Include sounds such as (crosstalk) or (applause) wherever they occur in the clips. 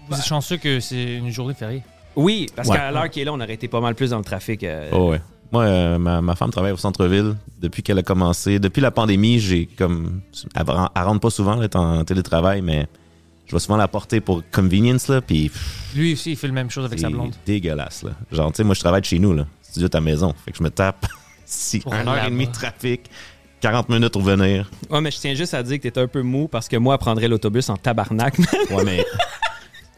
vous êtes chanceux que c'est une journée fériée. Oui, parce Ouais. qu'à l'heure qui est là, on aurait été pas mal plus dans le trafic. euh, Oh, ouais. Moi, euh, ma, ma femme travaille au centre-ville depuis qu'elle a commencé. Depuis la pandémie, j'ai comme. Elle, ren- elle rentre pas souvent, elle est en télétravail, mais je vais souvent la porter pour convenience, là. Puis pff, Lui aussi, il fait le même chose avec c'est sa blonde. dégueulasse, là. Genre, tu sais, moi, je travaille de chez nous, là. Studio de ta maison. Fait que je me tape. (laughs) si, Pour 1 heure là-bas. et demie de trafic, 40 minutes pour venir. Ouais, mais je tiens juste à dire que t'es un peu mou parce que moi, je prendrais l'autobus en tabarnak. (laughs) Ouais, mais.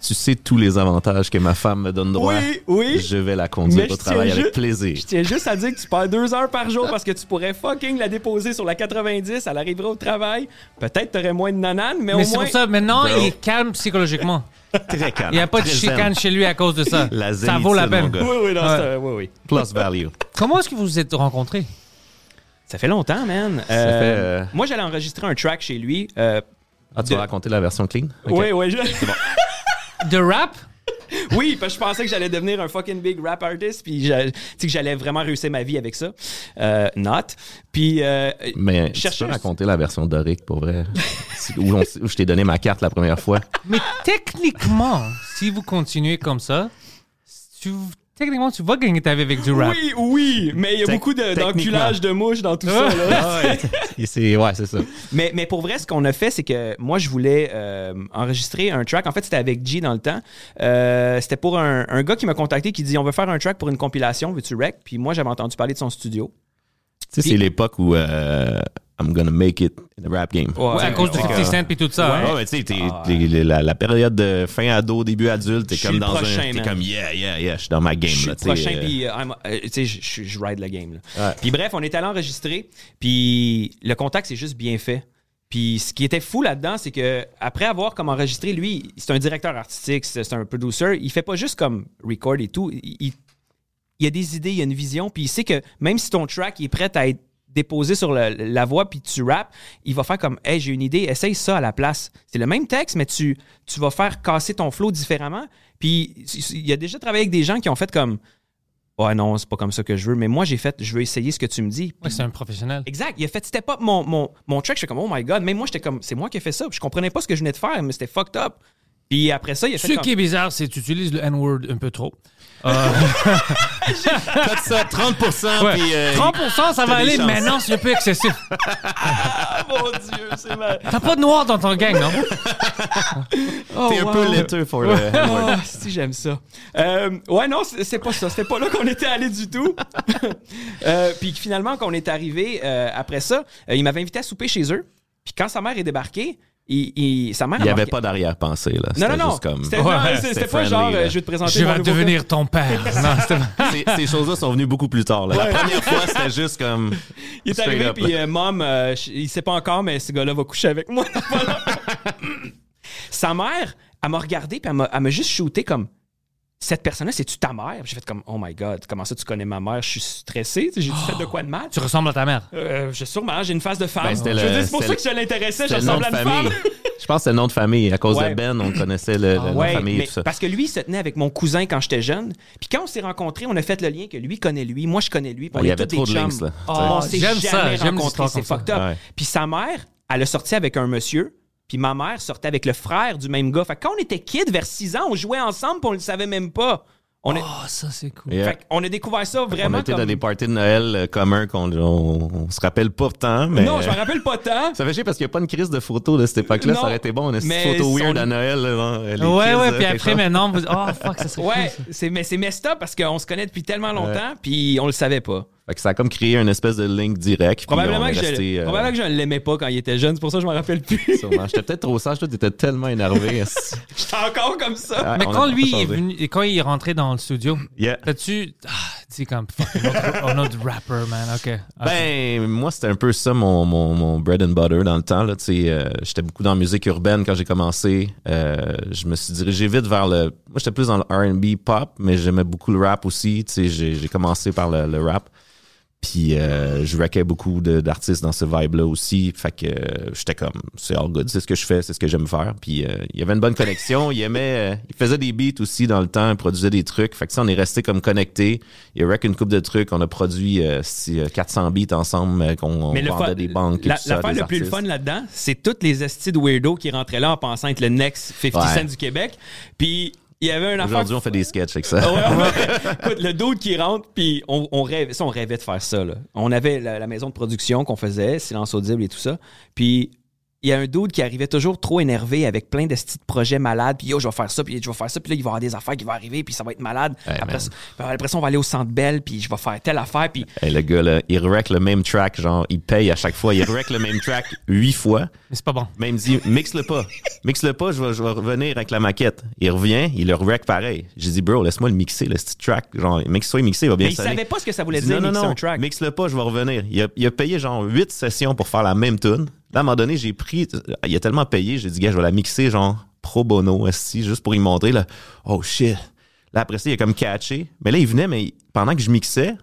tu sais tous les avantages que ma femme me donne droit. Oui, oui. Je vais la Mais conduire je au tiens travail avec juste- plaisir. (laughs) je tiens juste à dire que tu perds deux heures par jour parce que tu pourrais fucking la déposer sur la 90, elle arrivera au travail. Peut-être t'aurais moins de nanane, mais, Mais au c'est moins... pour ça, maintenant, Bro. il est calme psychologiquement. Très calme. Il n'y a pas de très chicane zen. chez lui à cause de ça. La ça vaut la zénitude, peine. mon gars. Oui, oui, non, Ouais. c'est- oui, oui. Plus value. Comment est-ce que vous vous êtes rencontrés? Ça fait longtemps, man. Euh, fait, euh, Moi, j'allais enregistrer un track chez lui. euh, Ah, tu De- vas raconter la version clean? Ok. Oui, oui, je- (laughs) De rap? Oui, parce que je pensais que j'allais devenir un fucking big rap artist, puis je- tu sais que j'allais vraiment réussir ma vie avec ça. Euh, not. Puis. euh, Mais chercher tu un- peux raconter la version dorique, pour vrai? Si- où, on s- où je t'ai donné ma carte la première fois. Mais techniquement, si vous continuez comme ça, tu, techniquement, tu vas gagner ta vie avec du rap. Oui, oui, mais il y a Tec- beaucoup de- techniquement. Ah, d'enculage de, mouches dans tout ça. là. Et c'est- ouais, c'est ça. (laughs) mais, mais pour vrai, ce qu'on a fait, c'est que moi, je voulais euh, enregistrer un track. En fait, c'était avec G dans le temps. Euh, c'était pour un, un gars qui m'a contacté qui dit On veut faire un track pour une compilation, veux-tu rec Puis moi, j'avais entendu parler de son studio. Tu sais, c'est l'époque où euh, I'm gonna make it in the rap game. Ouais, à cause de 50 Cent et tout ça. hein. Ouais, mais tu sais, t'es- t'es- la, la période de fin ado, début adulte, t'es Ah, Je suis comme le dans prochain, un. T'es man. comme, yeah, yeah, yeah, je suis dans ma game. Je suis là, le tu sais, prochain, euh, puis euh, I'm- euh, tu sais, je- je je ride le game. là. Ouais. Puis bref, on est allé enregistrer, puis le contact, c'est juste bien fait. Puis ce qui était fou là-dedans, c'est que après avoir comme enregistré, lui, c'est un directeur artistique, c'est c'est un producer, il fait pas juste comme record et tout, il, il- il a des idées, il a une vision, puis il sait que même si ton track il est prêt à être déposé sur le- la voix puis tu rap, il va faire comme hey, j'ai une idée, essaye ça à la place. C'est le même texte mais tu tu vas faire casser ton flow différemment. Puis il a déjà travaillé avec des gens qui ont fait comme ouais non, c'est pas comme ça que je veux, mais moi j'ai fait je veux essayer ce que tu me dis. Ouais, c'est un professionnel. Exact. Il a fait step up mon, mon, mon track. J'étais comme, oh my god. Même moi, j'étais comme, c'est moi qui ai fait ça. Puis Je comprenais pas ce que je venais de faire, mais c'était fucked up. Puis après ça, il a fait. Ce comme- (laughs) qui est bizarre, c'est que tu utilises le N-word un peu trop. Cut ça, (laughs) 30%, Ouais. puis. euh, 30%, ça va des aller, chances. mais non, c'est un peu (laughs) excessif. Ah mon dieu, c'est mal. T'as pas de noir dans ton gang, non? T'es Oh, un peu laiteux pour le. Ah, si j'aime ça. Euh, ouais, non, c'est c'est pas ça. C'était pas là qu'on était allé du (laughs) tout. Euh, puis finalement, quand on est arrivé euh, après ça, euh, il m'avait invité à souper chez eux. Puis quand sa mère est débarquée, il, il- sa mère Il n'y avait embarquait- pas d'arrière-pensée, là. Non, non, C'était non. juste comme- C'était non, Ouais, c'était- c'était c'était pas friendly, genre, euh, là. je vais te présenter Je mon vais nouveau devenir ton (laughs) père. Non, c'était pas- (laughs) ces, ces choses-là sont venues beaucoup plus tard. là. La première fois, c'était juste comme. Il est straight arrivé, up, puis là. euh, Mom, euh, je- il sait pas encore, mais ce gars-là va coucher avec moi. Voilà. Sa mère, elle m'a regardé, puis elle m'a- elle m'a juste shooté comme Cette personne-là, c'est-tu ta mère Puis J'ai fait comme Oh my God, comment ça tu connais ma mère Je suis stressé, Tu sais, j'ai-tu fait de quoi de mal Tu ressembles à ta mère. Euh, je- Sûrement, j'ai une face de femme. Oh. Ben, c'était je veux le- dire, c'est pour c'était ça que je l'intéressais, je c'était le nom ressemble de à une famille. femme. Je pense que c'est le nom de famille. À cause Ouais. de Ben, on connaissait le, le nom Ouais, de famille mais et tout ça. parce que lui il se tenait avec mon cousin quand j'étais jeune. Puis quand on s'est rencontrés, on a fait le lien que lui connaît lui, moi je connais lui. puis on Ah, Il y est avait tous des trop de chums. links, là. Oh, Ouais. on s'est J'aime jamais ça, j'aime les rencontrés, histoires c'est comme ça. fucked up. Ouais. Puis sa mère, elle a sorti avec un monsieur. Puis ma mère sortait avec le frère du même gars. Fait que quand on était kids, vers 6 ans, on jouait ensemble, puis on le savait même pas. On, a, Oh, ça, c'est cool. Yeah. fait qu'on a découvert ça On vraiment. était comme- dans des parties de Noël euh, communs qu'on on, on se rappelle pas tant, mais. Non, je me rappelle pas (laughs) tant. Ça fait chier parce qu'il n'y a pas une crise de photos de cette époque-là. Non. Ça aurait été bon, une Mais petite photo son- weird à Noël. là, genre, les Ouais, kids, euh, ouais, là, puis quelque après, chose. maintenant, vous... oh fuck, ça serait Ouais, cool. ça. c'est, mais c'est messed up parce qu'on se connaît depuis tellement longtemps, puis on le savait pas. Fait que ça a comme créé une espèce de link direct. puis Probablement on est que, resté, je, euh, probablement que je ne l'aimais pas quand il était jeune, c'est pour ça que je m'en rappelle plus. sûrement. J'étais peut-être trop sage, toi, t'étais tellement (laughs) énervé. J'étais encore comme ça. Ah, Mais on a quand pas lui est changé. venu, et quand il est rentré dans le studio, Yeah. t'as-tu. Ah, tu sais, comme. Fuck, un autre, un autre rapper, man. Ok. Ah, Ben, moi, c'était un peu ça mon, mon, mon bread and butter dans le temps. là, tu sais, euh, j'étais beaucoup dans la musique urbaine quand j'ai commencé. Euh, je me suis dirigé vite vers le. Moi, j'étais plus dans le RB pop, mais j'aimais beaucoup le rap aussi. Tu sais, j'ai j'ai commencé par le, le rap. Puis euh, je rackais beaucoup de- d'artistes dans ce vibe-là aussi. Fait que euh, j'étais comme, c'est all good, c'est ce que je fais, c'est ce que j'aime faire. Puis euh, il y avait une bonne connexion. Il aimait, euh, il faisait des beats aussi dans le temps, il produisait des trucs. Fait que ça, on est resté comme connectés. Il rack une coupe de trucs. On a produit euh, si, euh, 400 beats ensemble euh, qu'on on le vendait fa- des banques. et la- tout ça, L'affaire des le plus le fun artistes. là-dedans, c'est toutes les estis de weirdo qui rentraient là en pensant être le next 50 Ouais. Cent du Québec. Puis il y avait un affaire. Aujourd'hui, on fait des sketchs avec ça. Ah ouais, ouais. Écoute, le dude qui rentre, puis on, on rêvait, ça, on rêvait de faire ça. là. On avait la, la maison de production qu'on faisait, Silence Audible et tout ça. Puis il y a un dude qui arrivait toujours trop énervé avec plein de petits projets malades. Puis yo, je vais faire ça, puis je vais faire ça. Puis là, il va y avoir des affaires qui vont arriver, puis ça va être malade. Hey, après, man. ça, puis après ça, on va aller au Centre Belle, puis je vais faire telle affaire. Puis (laughs) Hey, le gars, là, il rack le même track. Genre, il paye à chaque fois. Il rack le même track huit fois. Mais c'est pas bon. Mais il me dit, mixe-le pas. Mixe-le pas, je vais, je vais revenir avec la maquette. Il revient, il le wreck pareil. J'ai dit, bro, laisse-moi le mixer, le petit track. Genre, mixe-toi, mixé, il va bien Mais il sonner. savait pas ce que ça voulait Il dit, dire, Non, non, mixer non, un track. mixe-le pas, je vais revenir. Il a, il a payé genre huit sessions pour faire la même tune. Là, à un moment donné, j'ai pris, il a tellement payé, j'ai dit, gars, je vais la mixer genre pro bono, esti, juste pour lui montrer, là, oh shit. Là, après ça, il a comme catché. Mais là, il venait, mais il- pendant que je mixais,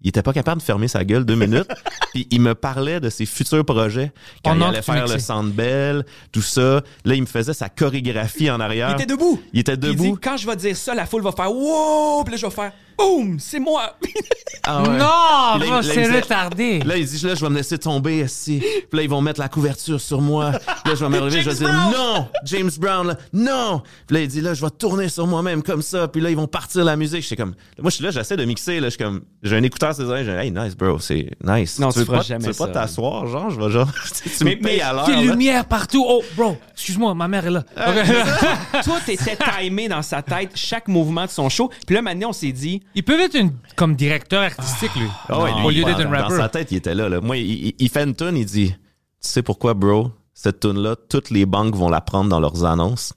il était pas capable de fermer sa gueule deux (laughs) minutes. puis il me parlait de ses futurs projets. Quand il Pendant allait que tu faire le mixais. Centre Bell, tout ça. Là, il me faisait sa chorégraphie en arrière. Il était debout. Il était Puis debout. dit, quand je vais dire ça, la foule va faire wow, puis là, je vais faire boum, (laughs) c'est moi. Ah Non, ouais. Puis là, il- bro, là, il c'est disait- retardé. Là, il dit, là, je vais me laisser tomber ici. Puis là, ils vont mettre la couverture sur moi. Puis là, je vais me relever, je vais James dire, Brown! non, James Brown, là, non. Puis là, il dit, là, je vais tourner sur moi-même comme ça. Puis là, ils vont partir la musique. J'étais comme, moi, je suis là, j'essaie de mixer. Là, je suis comme, j'ai un écouteur sur les oreilles. Je dis, hey, nice, bro, c'est nice. Non, tu veux feras pas, jamais tu veux pas ça. t'asseoir, genre, je vais genre, (laughs) tu tu Mais- me payes mais à l'heure. Des là. lumières partout. Oh, bro, excuse-moi, ma mère est là. Ah, Ok. Tout était timé dans sa tête, chaque mouvement de son show. Puis là, maintenant, on s'est dit, il peut être une, comme directeur artistique, lui. Ah ouais, lui, au lieu d'être dans- un rapper. Dans sa tête, il était là. là. Moi, il, il- il fait une tune, il dit Tu sais pourquoi, bro Cette tune-là, toutes les banques vont la prendre dans leurs annonces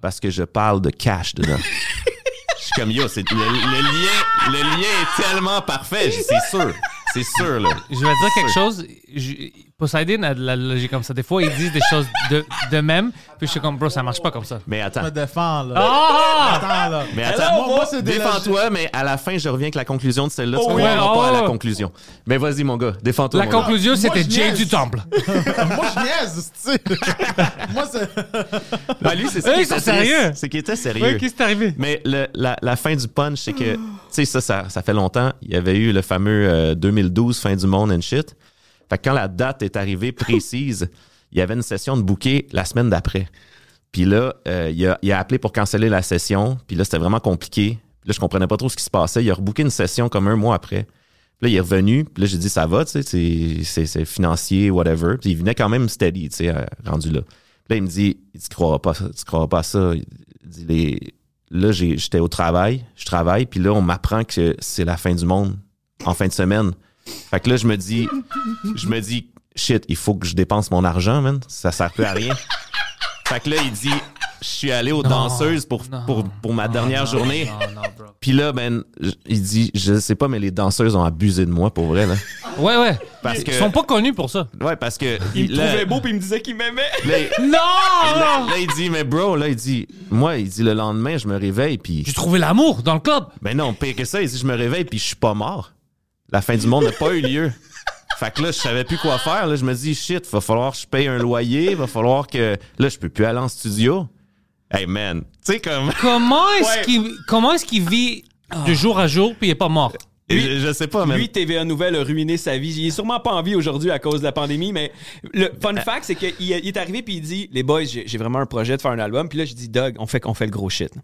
parce que je parle de cash dedans. je suis comme Yo, c'est- le, le lien, le lien est tellement parfait, Je dis, c'est sûr. C'est sûr, là. Je vais dire quelque chose. Je- Poseidon a de la logique comme ça. Des fois, ils disent des choses de, de même. Puis je suis comme, bro, ça marche pas comme ça. Mais attends. me défends, là. Ah! Attends, là. Mais attends, moi, moi, c'est des défends-toi, mais à la fin, je reviens avec la conclusion de celle-là. tu oui. comprendras Ouais, pas à oh, la ouais. conclusion. Mais vas-y, mon gars, défends-toi. La mon gars. conclusion, Moi, c'était je Jay niaise. du Temple. moi, je niaise, tu sais. (laughs) moi, c'est. Ah, lui, c'est ça Eux, qui ils sont était triste. sérieux. C'est qu'il était (laughs) sérieux. Ouais, qu'est-ce qui est arrivé? Mais le- la, la fin du punch, c'est que, tu sais, ça, ça, ça fait longtemps. Il y avait eu le fameux euh, 2012, fin du monde and shit. Fait que quand la date est arrivée précise, (laughs) il y avait une session de bouquet la semaine d'après. Puis là, euh, il, a, il a appelé pour canceller la session. Puis là, c'était vraiment compliqué. Puis là, je comprenais pas trop ce qui se passait. Il a rebooké une session comme un mois après. Puis là, il est revenu. Puis là, j'ai dit, ça va, tu sais, c'est- c'est c'est financier, whatever. Puis il venait quand même steady, tu sais, euh, rendu là. Puis là, il me dit, tu croiras pas, ça, tu croiras pas à ça. Il dit, les, là, j'ai- j'étais au travail, je travaille, puis là, on m'apprend que c'est la fin du monde en fin de semaine. Fait que là, je me dis, je me dis, shit, il faut que je dépense mon argent, man. Ça sert plus à rien. Fait que là, il dit, je suis allé aux danseuses pour, non, pour, pour ma dernière journée. Non, non, bro. Puis là, ben, j- il dit, je sais pas, mais les danseuses ont abusé de moi pour vrai, là. Ouais, ouais. Parce que. Ils sont pas connus pour ça. Ouais, parce que. il me là- trouvait beau, puis il me disait qu'il m'aimait. là, il- Non! là, il dit, mais bro, là, il dit, moi, il dit, le lendemain, je me réveille, puis. J'ai trouvé l'amour dans le club. (laughs) Ben non, pire que ça, il dit, je me réveille, puis je suis pas mort. La fin du monde n'a pas eu lieu. Fait que là, je savais plus quoi faire. Là, je me dis, shit, va falloir que je paye un loyer, va falloir que. Là, je peux plus aller en studio. Hey man, tu sais comme. Comment est-ce Ouais. qu'il comment est-ce qu'il vit de jour à jour puis il est pas mort je, je sais pas, man. Lui, TVA Nouvelle a ruiné sa vie. Il est sûrement pas en vie aujourd'hui à cause de la pandémie, mais le fun Ah. fact, c'est qu'il il est arrivé puis il dit Les boys, j'ai j'ai vraiment un projet de faire un album. Puis là, je dis Doug, on fait, on fait le gros shit.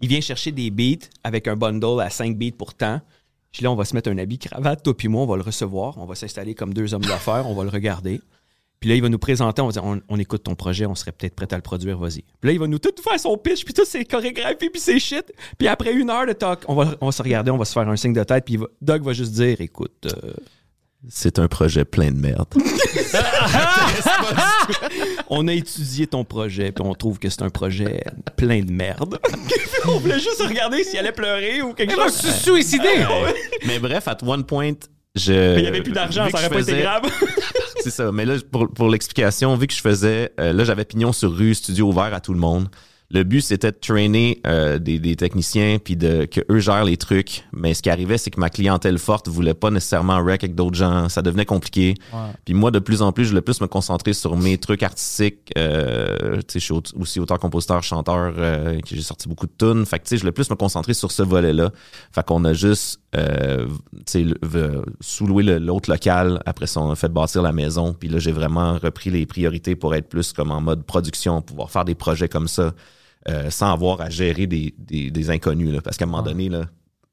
Il vient chercher des beats avec un bundle à 5 beats pour temps. Puis là, on va se mettre un habit cravate, toi puis moi, on va le recevoir. On va s'installer comme deux hommes d'affaires, on va le regarder. Puis là, il va nous présenter, on va dire on, on écoute ton projet, on serait peut-être prêt à le produire, vas-y. Puis là, il va nous tout faire son pitch, puis tout ses chorégraphies, puis ses shit. Puis après une heure de talk, on va, on va se regarder, on va se faire un signe de tête, puis il va- Doug va juste dire écoute, euh, C'est un projet plein de (laughs) merde. on a étudié ton projet, puis on trouve que c'est un projet plein de merde. (laughs) on voulait juste regarder s'il allait pleurer ou quelque Il va chose. se suicider mais bref, at one point, je. Il n'y avait plus d'argent, Euh, vu ça que aurait je pas été faisais- grave. (laughs) C'est ça. Mais là, pour, pour l'explication, vu que je faisais, euh, là, j'avais pignon sur rue, studio ouvert à tout le monde. Le but, c'était de trainer euh, des, des techniciens, puis de que eux gèrent les trucs. Mais ce qui arrivait, c'est que ma clientèle forte voulait pas nécessairement rec avec d'autres gens. Ça devenait compliqué. Puis moi, de plus en plus, je voulais plus me concentrer sur mes trucs artistiques. Euh, tu sais, je suis au- aussi auteur, compositeur, chanteur. euh, que j'ai sorti beaucoup de tunes. Fait que tu sais, je voulais plus me concentrer sur ce volet-là. Fait qu'on a juste euh, tu sais, le- le- sous-loué le- l'autre local. Après ça, on a fait bâtir la maison. Puis là, j'ai vraiment repris les priorités pour être plus comme en mode production, pouvoir faire des projets comme ça euh, sans avoir à gérer des, des- des inconnus. là. Parce qu'à un moment donné, là,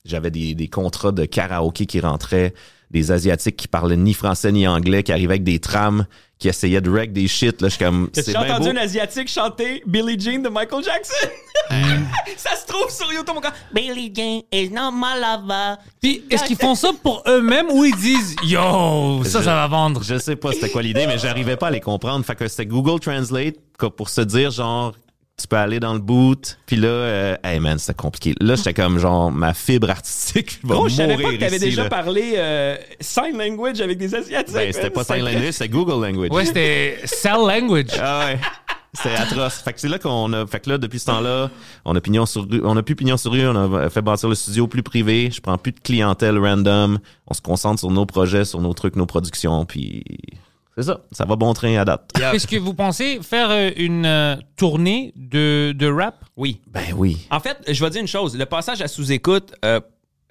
j'avais des, des contrats de karaoké qui rentraient, des Asiatiques qui parlaient ni français ni anglais, qui arrivaient avec des trams, qui essayaient de wreck des shit. Là, je suis comme, c'est J'ai bien entendu beau. un Asiatique chanter Billie Jean de Michael Jackson. Hein? (laughs) ça se trouve sur YouTube, mon gars. Billie Jean is not my lover. Puis est-ce qu'ils font ça pour eux-mêmes ou ils disent yo ça Je- ça va vendre Je sais pas c'était quoi l'idée, mais j'arrivais pas à les comprendre. Fait que c'était Google Translate co- pour se dire genre tu peux aller dans le boot. Puis là, euh, hey man, c'était compliqué. Là, j'étais comme genre ma fibre artistique va Gros, mourir je savais pas que t'avais ici, déjà là. parlé euh, sign language avec des Asiatiques. Ben, c'était pas sign language, c'était Google language. Ouais c'était sell language Ah ouais. C'était atroce. Fait que c'est là qu'on a. Fait que là, depuis ce temps-là, on a pignon sur rue. On a plus pignon sur rue. On a fait bâtir le studio plus privé. Je prends plus de clientèle random. On se concentre sur nos projets, sur nos trucs, nos productions. Puis c'est ça. Ça va bon train à date. Est-ce que vous pensez faire euh, une euh, tournée de, de rap Oui. Ben oui. En fait, je vais dire une chose. Le passage à sous-écoute, euh,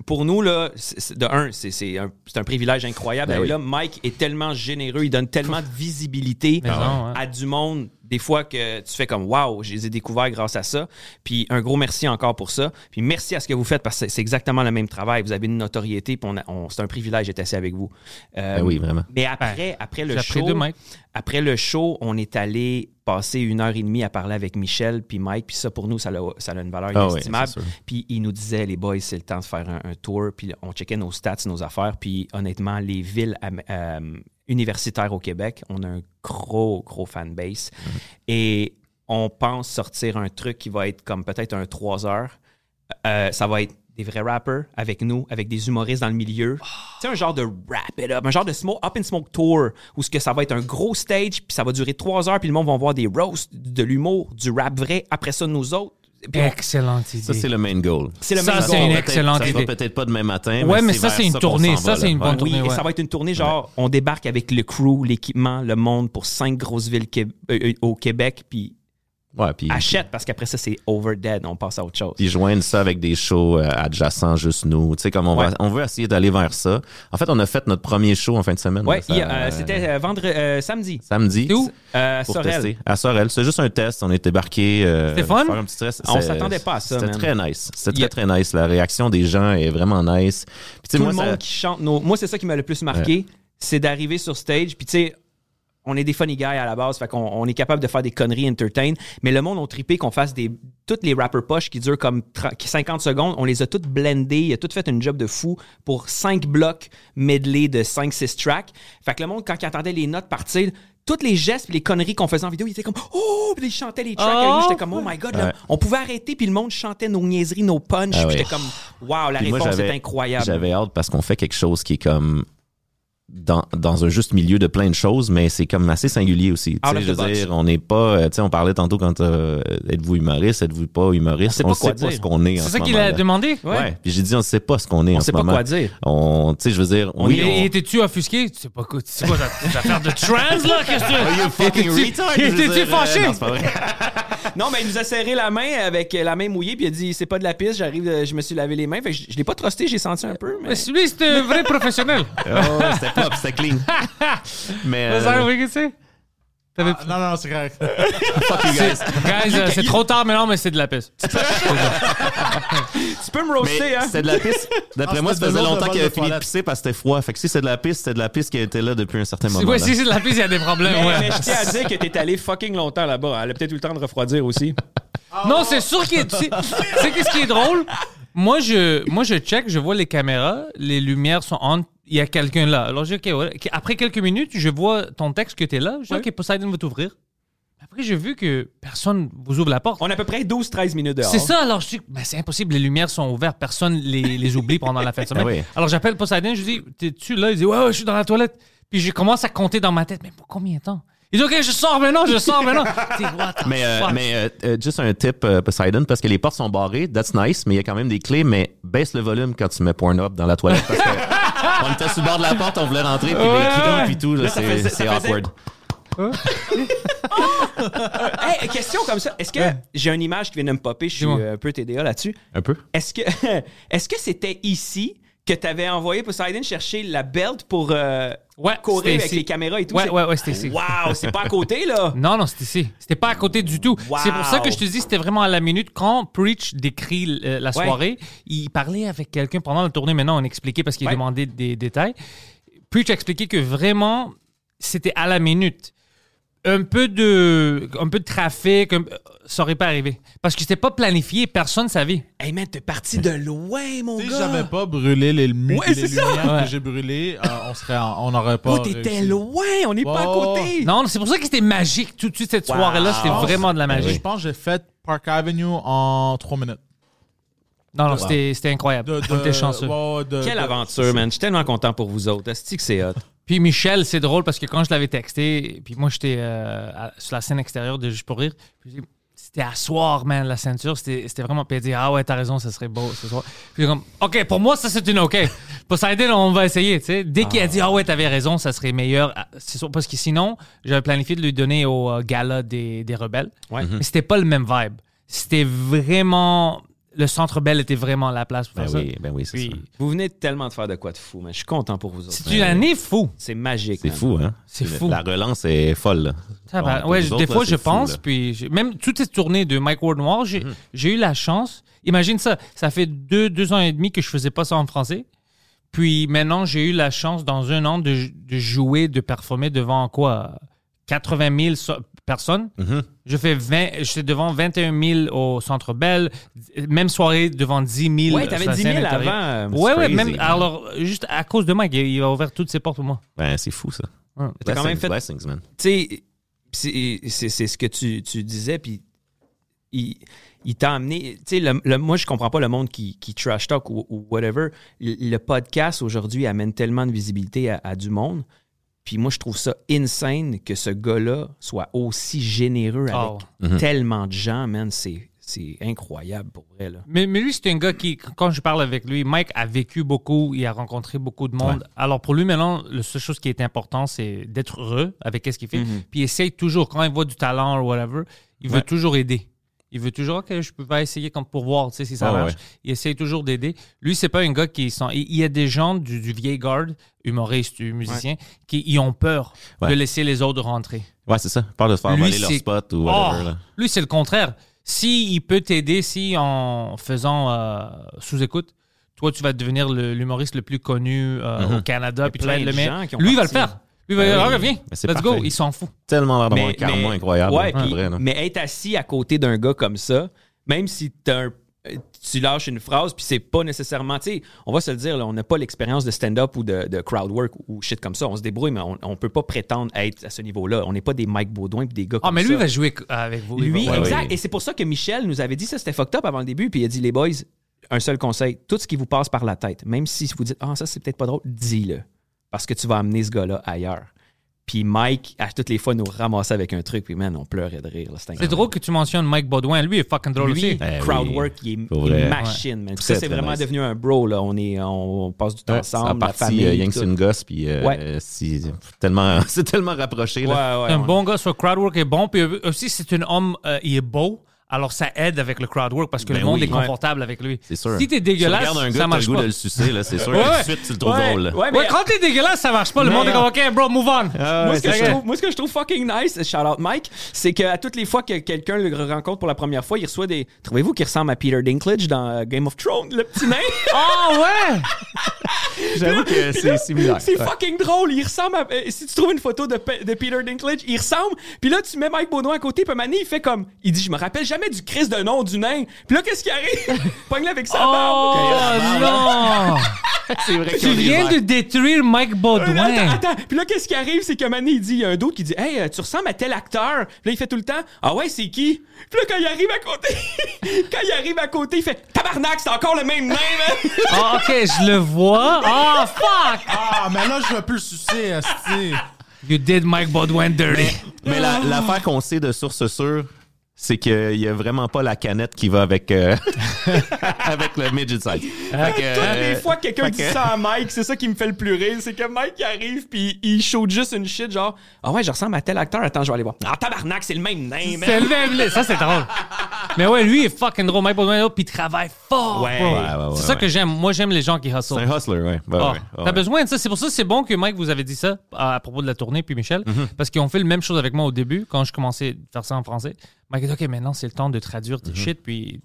pour nous, là, c'est- c'est- de un, c'est c'est un, c'est un privilège incroyable. Ben Et oui. là, Mike est tellement généreux. Il donne tellement de visibilité Mais non, hein. à du monde, des fois que tu fais comme Waouh, je les ai découverts grâce à ça. Puis un gros merci encore pour ça. Puis merci à ce que vous faites parce que c'est- c'est exactement le même travail. Vous avez une notoriété. Puis on a- on- c'est un privilège d'être assis avec vous. Euh, Ben oui, vraiment. Mais après, après le Ben, j'ai appris show, deux, Mike. après le show, on est allé passer une heure et demie à parler avec Michel puis Mike, puis ça pour nous, ça a, ça a une valeur Ah ouais, inestimable. c'est sûr. puis il nous disait, les boys, c'est le temps de faire un, un tour, puis on checkait nos stats, nos affaires, puis honnêtement, les villes am- euh, universitaires au Québec, on a un gros, gros fanbase. Et on pense sortir un truc qui va être comme peut-être un 3 heures. Euh, ça va être des vrais rappers avec nous, avec des humoristes dans le milieu. Tu sais, un genre de wrap it up, un genre de smoke, up and smoke tour, où ce que ça va être un gros stage, puis ça va durer trois heures, puis le monde va voir des roasts, de l'humour, du rap vrai, après ça, nous autres. Puis on- Excellente idée. Ça, c'est le main goal. C'est le Ça, même c'est goal. une Ça sera excellente peut-être- ça sera idée. peut-être pas demain matin. Ouais, mais c'est ça, vers c'est une qu'on tournée. s'en Ça, va, c'est là. une bonne Oui, tournée, et ouais. ça va être une tournée genre, on débarque avec le crew, l'équipement, le monde pour cinq grosses villes qué- euh, euh, au Québec, puis Ouais, puis, achète, parce qu'après ça, c'est over dead, on passe à autre chose. puis joindre ça avec des shows euh, adjacents, juste nous. Tu sais, comme on, va, Ouais. on veut essayer d'aller vers ça. En fait, on a fait notre premier show en fin de semaine. Ouais, là, ça- il y a, euh, c'était euh, vendredi, euh, samedi. Samedi. C'est où? Euh, pour Sorel. tester. À Sorel. C'est juste un test. On est débarqué. euh, C'était fun? Faire un petit stress. On C'est- s'attendait pas à ça, C'était man. très nice. C'était Yeah. très, très nice. La réaction des gens est vraiment nice. Puis, tu sais, tout moi, le monde ça- qui chante nos. Moi, c'est ça qui m'a le plus marqué, c'est d'arriver sur stage. Puis, tu sais, on est des funny guys à la base, fait qu'on on est capable de faire des conneries entertain. Mais le monde ont trippé qu'on fasse des. Toutes les rapper poches qui durent comme 30 qui- 50 secondes, on les a toutes blendées. Il a tout fait une job de fou pour 5 blocs medley de 5-6 tracks. Fait que le monde, quand il entendait les notes partir, toutes les gestes, puis les conneries qu'on faisait en vidéo, ils étaient comme Oh! Puis ils chantaient les tracks avec nous. J'étais comme Oh my god, là, Ouais. on pouvait arrêter, puis le monde chantait nos niaiseries, nos punchs. Ah Puis ouais. J'étais comme Wow, la Puis moi, réponse est j'avais- incroyable. J'avais hâte parce qu'on fait quelque chose qui est comme dans, dans un juste milieu de plein de choses, mais c'est comme assez singulier aussi. Tu sais, Out of the je veux box. dire, on n'est pas. euh, Tu sais, on parlait tantôt quand euh, êtes-vous humoriste, êtes-vous pas humoriste. On sait pas on quoi sait pas dire. ce qu'on est en C'est ce ça qu'il moment-là. a demandé? Ouais. Ouais. Puis j'ai dit, on sait pas ce qu'on est On en sait ce pas moment. quoi dire. On, tu sais, je veux dire, on Oui, et Étais-tu offusqué? C'est pas quoi, c'est quoi cette affaire de trans, là? Qu'est-ce que (laughs) tu... Étais-tu- euh, Étais-tu fâché? Non, mais il nous a serré la main avec euh, la main mouillée, puis il a dit c'est pas de la piste, j'arrive, euh, je me suis lavé les mains. Fait que je, je l'ai pas trusté, j'ai senti un peu. Mais... Mais Lui, c'est un euh, vrai professionnel. c'était propre, c'était (laughs) clean. mais. Vous euh, savez, qu'est-ce que c'est? T'avais- Ah, non, non, c'est correct. Guys, euh, c'est trop tard, mais non, mais c'est de la (laughs) pisse. Tu peux me roaster, mais hein? c'était de la piste. D'après Ah, moi, c'était ça faisait de l'eau de longtemps balle qu'il de avait fini de toilette. pisser parce que c'était froid. Fait que si c'est de la piste, c'était de la piste qui était là depuis un certain moment. (laughs) Si, ouais, là. si c'est de la pisse, il y a des problèmes, Mais, ouais. mais je tiens à dire que t'es allé fucking longtemps là-bas. hein. Elle a peut-être eu le temps de refroidir aussi. Oh. Non, c'est sûr qu'il est. Tu sais- tu sais, qu'est-ce qui est drôle? Moi je, moi, je check, je vois les caméras, les lumières sont on, il y a quelqu'un là. Alors, je dis, OK, voilà. Après quelques minutes, je vois ton texte que t'es là. Je dis, OK, Poseidon va t'ouvrir. Après, j'ai vu que personne vous ouvre la porte. Oh, On a à peu près 12-13 minutes dehors. C'est ça, alors je dis, ben, c'est impossible, les lumières sont ouvertes, personne les, les oublie pendant la fin de semaine. Ah oui. Alors j'appelle Poseidon, je lui dis, t'es-tu là? Il dit, ouais, ouais, je suis dans la toilette. Puis je commence à compter dans ma tête, mais pour combien de temps? Il dit, OK, je sors maintenant, je sors (laughs) maintenant. Je dis, What the Mais, euh, fuck? mais euh, euh, juste un tip, euh, Poseidon, parce que les portes sont barrées, that's nice, mais il y a quand même des clés, mais baisse le volume quand tu mets Pornhub dans la toilette. (laughs) Parce que on était sous le bord de la porte, on voulait rentrer, Ouais, puis les clients, ouais. puis tout, là, Là, ça faisait- c'est ça c'est faisait- awkward. Hey, question comme ça. Est-ce que j'ai une image qui vient de me popper? Je suis Dis-moi. euh, un peu TDA là-dessus. Un peu. Est-ce que (laughs) est-ce que c'était ici que t'avais envoyé Poseidon chercher la belt pour euh, Ouais, courir c'était avec ici. les caméras et tout? Ouais, C'est- ouais, ouais, c'était ici. Wow, c'est pas à côté, là! Non, non, c'était ici. C'était pas à côté du tout. Wow. C'est pour ça que je te dis, c'était vraiment à la minute. Quand Preach décrit euh, la Ouais. soirée, il parlait avec quelqu'un pendant la tournée. Maintenant, on expliquait parce qu'il Ouais. demandait des détails. Preach a expliqué que vraiment, c'était à la minute. Un peu de, un peu de trafic, un- ça aurait pas arrivé. Parce que c'était pas planifié, personne savait. Hey man, t'es parti de loin, mon Si gars! j'avais pas brûlé les, mu- Ah Ouais, les c'est ça. lumières euh, Ouais. que j'ai brûlées, euh, on serait, en- on n'aurait pas. Oh, t'étais réussi. loin! On n'est pas à Wow. côté! Non, c'est pour ça que c'était magique tout de suite cette Wow. soirée-là. C'était vraiment de la Je magie. pense que j'ai fait Park Avenue en 3 minutes. Non, non, c'était c'était incroyable. De- On de- était chanceux. ouais, ouais, de- Quelle de- aventure, man! Je suis tellement content pour vous autres. Est-ce que c'est (laughs) hot? Puis Michel, c'est drôle parce que quand je l'avais texté, puis moi j'étais euh, à- sur la scène extérieure de Juste pour rire, puis j'ai dit, c'était à soir, man, la ceinture, c'était c'était vraiment. Puis il a dit, ah ouais, t'as raison, ça serait beau ce soir. Puis j'ai comme, ok, pour moi, ça c'est une ok. Poseidon, on va essayer, tu sais. Dès qu'il a dit, ah ouais, t'avais raison, ça serait meilleur à- ce soir. Parce que sinon, j'avais planifié de lui donner au euh, gala des, des rebelles. Ouais. Mhm. Mais c'était pas le même vibe. C'était vraiment. Le centre belle était vraiment la place pour Ben faire ça. oui, ben oui, c'est Puis, ça. Vous venez tellement de faire de quoi de fou, man. Je suis content pour vous autres. Ben C'est une année fou. C'est magique. C'est man. fou, hein? C'est La- fou. La relance est folle, là. Ça va. Pour ouais, nous je- des autres, là, fois, c'est je fou, pense, là. Mhm. puis j'ai- même toute cette tournée de Mike Ward Noir, j'ai j'ai eu la chance. Imagine ça, ça fait deux, deux ans et demi que je faisais pas ça en français. Puis maintenant, j'ai eu la chance dans un an de, de jouer, de performer devant quoi 80 000 so- personnes. Mhm. Je fais 20, j'étais devant 21 000 au Centre Bell, même soirée devant 10 000. Ouais, t'avais sur la 10 000 scène avant. intérieure. euh, Ouais, ouais, crazy, même. man. Alors, juste à cause de Mike, il, il a ouvert toutes ses portes pour moi. Ben, c'est fou, ça. Ouais. T'as quand même Blessings, fait- blessings, man. tu sais, c'est- c'est c'est ce que tu, tu disais, puis il, il t'a amené. Tu sais, le- le- moi, je comprends pas le monde qui, qui trash talk ou, ou whatever. Le, le podcast aujourd'hui amène tellement de visibilité à, à du monde. Puis moi, je trouve ça insane que ce gars-là soit aussi généreux Ah avec tellement de gens, man. C'est c'est incroyable pour vrai, là. Mais, mais lui, c'est un gars qui, quand je parle avec lui, Mike a vécu beaucoup, il a rencontré beaucoup de monde. Alors pour lui, maintenant, la seule chose qui est importante, c'est d'être heureux avec ce qu'il fait. Mhm. Puis il essaye toujours, quand il voit du talent ou whatever, il veut toujours aider. Il veut toujours, OK, je peux pas essayer comme pour voir tu sais, si ça Ah ouais. marche. Il essaye toujours d'aider. Lui, c'est pas un gars qui sont. Il il y a des gens du, du vieil guard, humoristes, musiciens, qui y ont peur de Ouais. laisser les autres rentrer. Ouais, c'est ça. Peur de se faire Lui, voler leur c'est- spot ou whatever, Oh, là. lui, c'est le contraire. Si il peut t'aider, si en faisant euh, sous-écoute, toi, tu vas devenir le- l'humoriste le, plus connu euh, Mhm. au Canada, puis tu vas plein être le de meilleur. gens qui ont Lui, il va le parti. faire. Lui, il va Ben dire, oui. Ah, viens, Mais let's c'est go. parfait. Ah, Il s'en fout. Tellement l'air d'avoir un karma incroyable. Ouais, là, puis- pour vrai, là. mais être assis à côté d'un gars comme ça, même si t'as un- euh, tu lâches une phrase, puis c'est pas nécessairement. Tu sais, on va se le dire, là, on n'a pas l'expérience de stand-up ou de, de crowd work ou shit comme ça. On se débrouille, mais on, on peut pas prétendre être à ce niveau-là. On n'est pas des Mike Baudouin puis des gars Ah, comme mais lui, ça. il va jouer c- avec vous. il va- Lui, ouais, exact. ouais. Et c'est pour ça que Michel nous avait dit ça, c'était fucked up avant le début, puis il a dit les boys, un seul conseil, tout ce qui vous passe par la tête, même si vous dites ah ça c'est peut-être pas drôle, dis-le. parce que tu vas amener ce gars-là ailleurs. Puis Mike, à toutes les fois, nous ramassait avec un truc, puis man, on pleurait de rire. là, C'est c'était incroyable. drôle que tu mentionnes Mike Baudouin. Lui, il est fucking drôle Lui, aussi. Eh oui. crowdwork, il est Pour il est vrai. machine, man. Très, Ça, c'est très vraiment nice. devenu un bro, là. On, est, on, on passe du temps ensemble, à la famille. partir euh, Young tout. Sun Goss, puis euh, Ouais. euh, si- tellement, (laughs) c'est tellement rapproché. Ouais, Là. ouais, C'est un on- bon gars, sur crowdwork est bon. Puis euh, aussi, c'est un homme, euh, il est beau. Alors, ça aide avec le crowdwork parce que Ben le monde oui. est confortable avec lui. C'est sûr. Si t'es tu dégueulasse, regardes un gars, ça t'as le marche goût pas. de le sucer, là, c'est sûr. Ouais, Tout ouais. de suite, tu le trouves Ouais, drôle. là. ouais, mais- Ouais, quand t'es dégueulasse, ça marche pas. Le Mais- monde est comme, OK, bro, move on. Ah, Moi, ouais, ce que c'est je sûr. trouve- moi, ce que je trouve fucking nice, Charlotte Mike, c'est qu'à toutes les fois que quelqu'un le rencontre pour la première fois, il reçoit des. Trouvez-vous qu'il ressemble à Peter Dinklage dans euh, Game of Thrones, le (laughs) petit nain? Ah (laughs) ouais! J'avoue que c'est similaire. C'est Ouais. fucking drôle. Il ressemble à. euh, Si tu trouves une photo de, Pe- de Peter Dinklage, il ressemble. Puis là, tu mets Mike Baudouin à côté. Puis Mané, il fait comme. Il dit Je me rappelle jamais du Christ de nom du nain. Puis là, qu'est-ce qui arrive (laughs) Pogne avec sa Oh Ah, barbe. (laughs) non! C'est vrai Tu viens de détruire Mike Puis là, Baudouin. Euh, Attends, attends. Puis là, qu'est-ce qui arrive? C'est que Mané, il dit, il y a un d'autre qui dit, Hey, euh, tu ressembles à tel acteur. Puis là, il fait tout le temps, Ah ouais, c'est qui? Puis là, quand il arrive à côté, (laughs) quand il arrive à côté, il fait, Tabarnak, c'est encore le même nain, man! Ah, OK, je le vois. Ah, fuck! Ah, mais là, je veux plus sucer, esti. You did Mike Baudouin dirty. Mais la- l'affaire qu'on sait de source sûre, c'est qu'il n'y a vraiment pas la canette qui va avec, euh, (laughs) avec le midget size. Fait (laughs) que, Toutes les euh, fois que quelqu'un fait dit que- ça à Mike, c'est ça qui me fait le plus rire. C'est que Mike il arrive puis il show juste une shit genre Ah ouais, je ressemble à tel acteur, attends, je vais aller voir. Ah tabarnak, c'est le même name. C'est le même lait. Ça, c'est drôle. Mais ouais, lui, il est fucking drôle. Mike Baudouin, là, puis il travaille fort. Ouais. bro. Ouais, ouais, ouais, c'est ça ouais. que j'aime. Moi, j'aime les gens qui C'est hustle. un hustler, ouais. Ouais, Ah, ouais, ouais. T'as besoin de ça. C'est pour ça que c'est bon que Mike vous avait dit ça à, à propos de la tournée, puis Michel, Mhm. parce qu'ils ont fait le même chose avec moi au début, quand je commençais à faire ça en français. Mike a dit OK, maintenant, c'est le temps de traduire tes shit, puis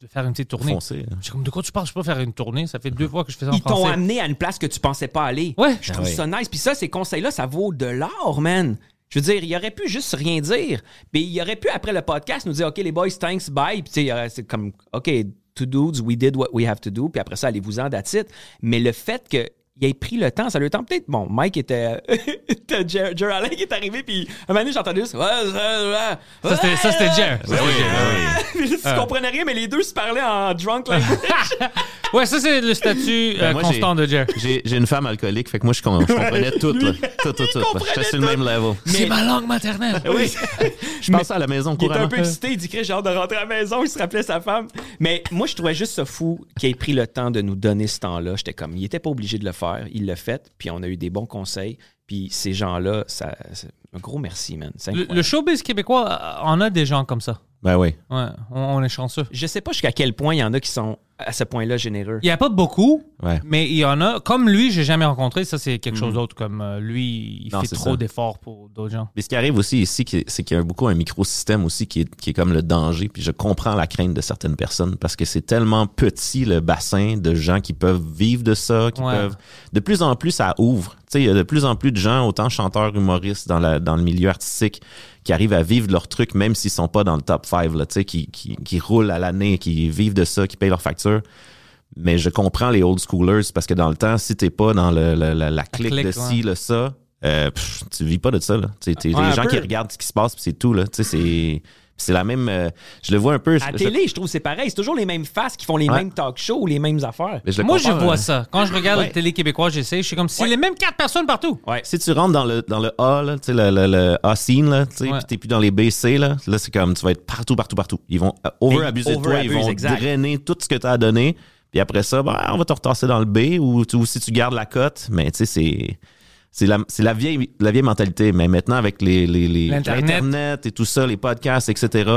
de faire une petite tournée. Foncé, Mhm. hein. J'ai comme, de quoi tu parles? Je peux pas faire une tournée. Ça fait deux fois que je fais ça en Ils t'ont français. amené à une place que tu pensais pas aller. Ouais. Je trouve Ah oui. ça nice. Puis ça, ces conseils-là, ça vaut de l'or, man. Je veux dire, il aurait pu juste rien dire. Puis il aurait pu, après le podcast, nous dire OK, les boys, thanks, bye. Puis tu sais, il aurait- c'est comme OK, two dudes, we did what we have to do. Puis après ça, allez-vous-en, that's it. Mais le fait que. Il ait pris le temps, ça lui a eu le temps peut-être. Bon, Mike était. (laughs) était Jer, Jer Allen qui est arrivé, puis un moment donné, j'entendais juste. Ouais, ouais, ouais. Ça, c'était- ça, c'était Jer. Euh. Ben oui, ben oui. (laughs) Puis là, tu comprenais rien, mais les deux se parlaient en drunk language. (laughs) (laughs) Ouais, ça, c'est le statut Ben, euh, moi, constant j'ai- de Jer. J'ai j'ai une femme alcoolique, fait que moi, je, com- je (laughs) comprenais tout, là. Tout, tout, tout. comprenait J'étais sur le même level. C'est ma langue maternelle. oui. Je pensais à la maison Il était couramment. un peu excité, il dit Chris, j'ai hâte de rentrer à la maison, il se rappelait sa femme. Mais moi, je trouvais juste ça fou qu'il ait pris le temps de nous donner ce temps-là. J'étais comme, il était pas obligé de le faire, il l'a fait, puis on a eu des bons conseils. Puis ces gens-là, ça, c'est- un gros merci, man. C'est Le, incroyable. le showbiz québécois euh, en a des gens comme ça. Ben oui. Ouais, on, on est chanceux. Je sais pas jusqu'à quel point il y en a qui sont à ce point-là généreux. Il n'y a pas beaucoup, Ouais. Mhm. mais il y en a. Comme lui, j'ai jamais rencontré. Ça, c'est quelque chose d'autre. Comme euh, lui, il Non, fait c'est trop ça. d'efforts pour d'autres gens. Mais ce qui arrive aussi ici, qui- c'est qu'il y a beaucoup un microsystème aussi qui est, qui est comme le danger. Puis je comprends la crainte de certaines personnes parce que c'est tellement petit le bassin de gens qui peuvent vivre de ça, qui Ouais. peuvent. De plus en plus, ça ouvre. Tu sais, il y a de plus en plus de gens, autant chanteurs, humoristes dans, la, dans le milieu artistique, qui arrivent à vivre leur truc même s'ils sont pas dans le top 5, tu sais, qui, qui, qui roulent à l'année, qui vivent de ça, qui payent leurs factures. Mais je comprends les old schoolers parce que dans le temps, si t'es pas dans le, le- le- la, clique clique, de ouais. ci, le ça, euh, pff, tu vis pas de ça. Là. Tu sais, T'es Ouais, un les gens peu. qui regardent ce qui se passe, puis c'est tout. Là. Tu sais, C'est c'est la même. euh, je le vois un peu. À je- je- télé, je trouve que c'est pareil. C'est toujours les mêmes faces qui font les Ouais. mêmes talk shows, les mêmes affaires. mais je le Moi, je compare, vois euh, ça. Quand je regarde Ouais. la télé québécoise, j'essaie. Je suis comme, c'est les mêmes quatre personnes partout. Ouais. euh, Si tu rentres dans le, dans le A, là, tu sais, le, le- le A scene, là, tu sais, Ouais. puis t'es plus dans les B, C, là, là c'est comme tu vas être partout, partout, partout. Ils vont euh, over-abuser de toi, Over-abuse, ils vont exact. drainer tout ce que tu as donné. Puis après ça, ben, on va te retasser dans le B ou, tu- ou si tu gardes la cote. Mais tu sais, c'est. C'est la, c'est la vieille, la vieille mentalité. Mais maintenant, avec les, les, les- L'Internet. l'Internet et tout ça, les podcasts, etc.,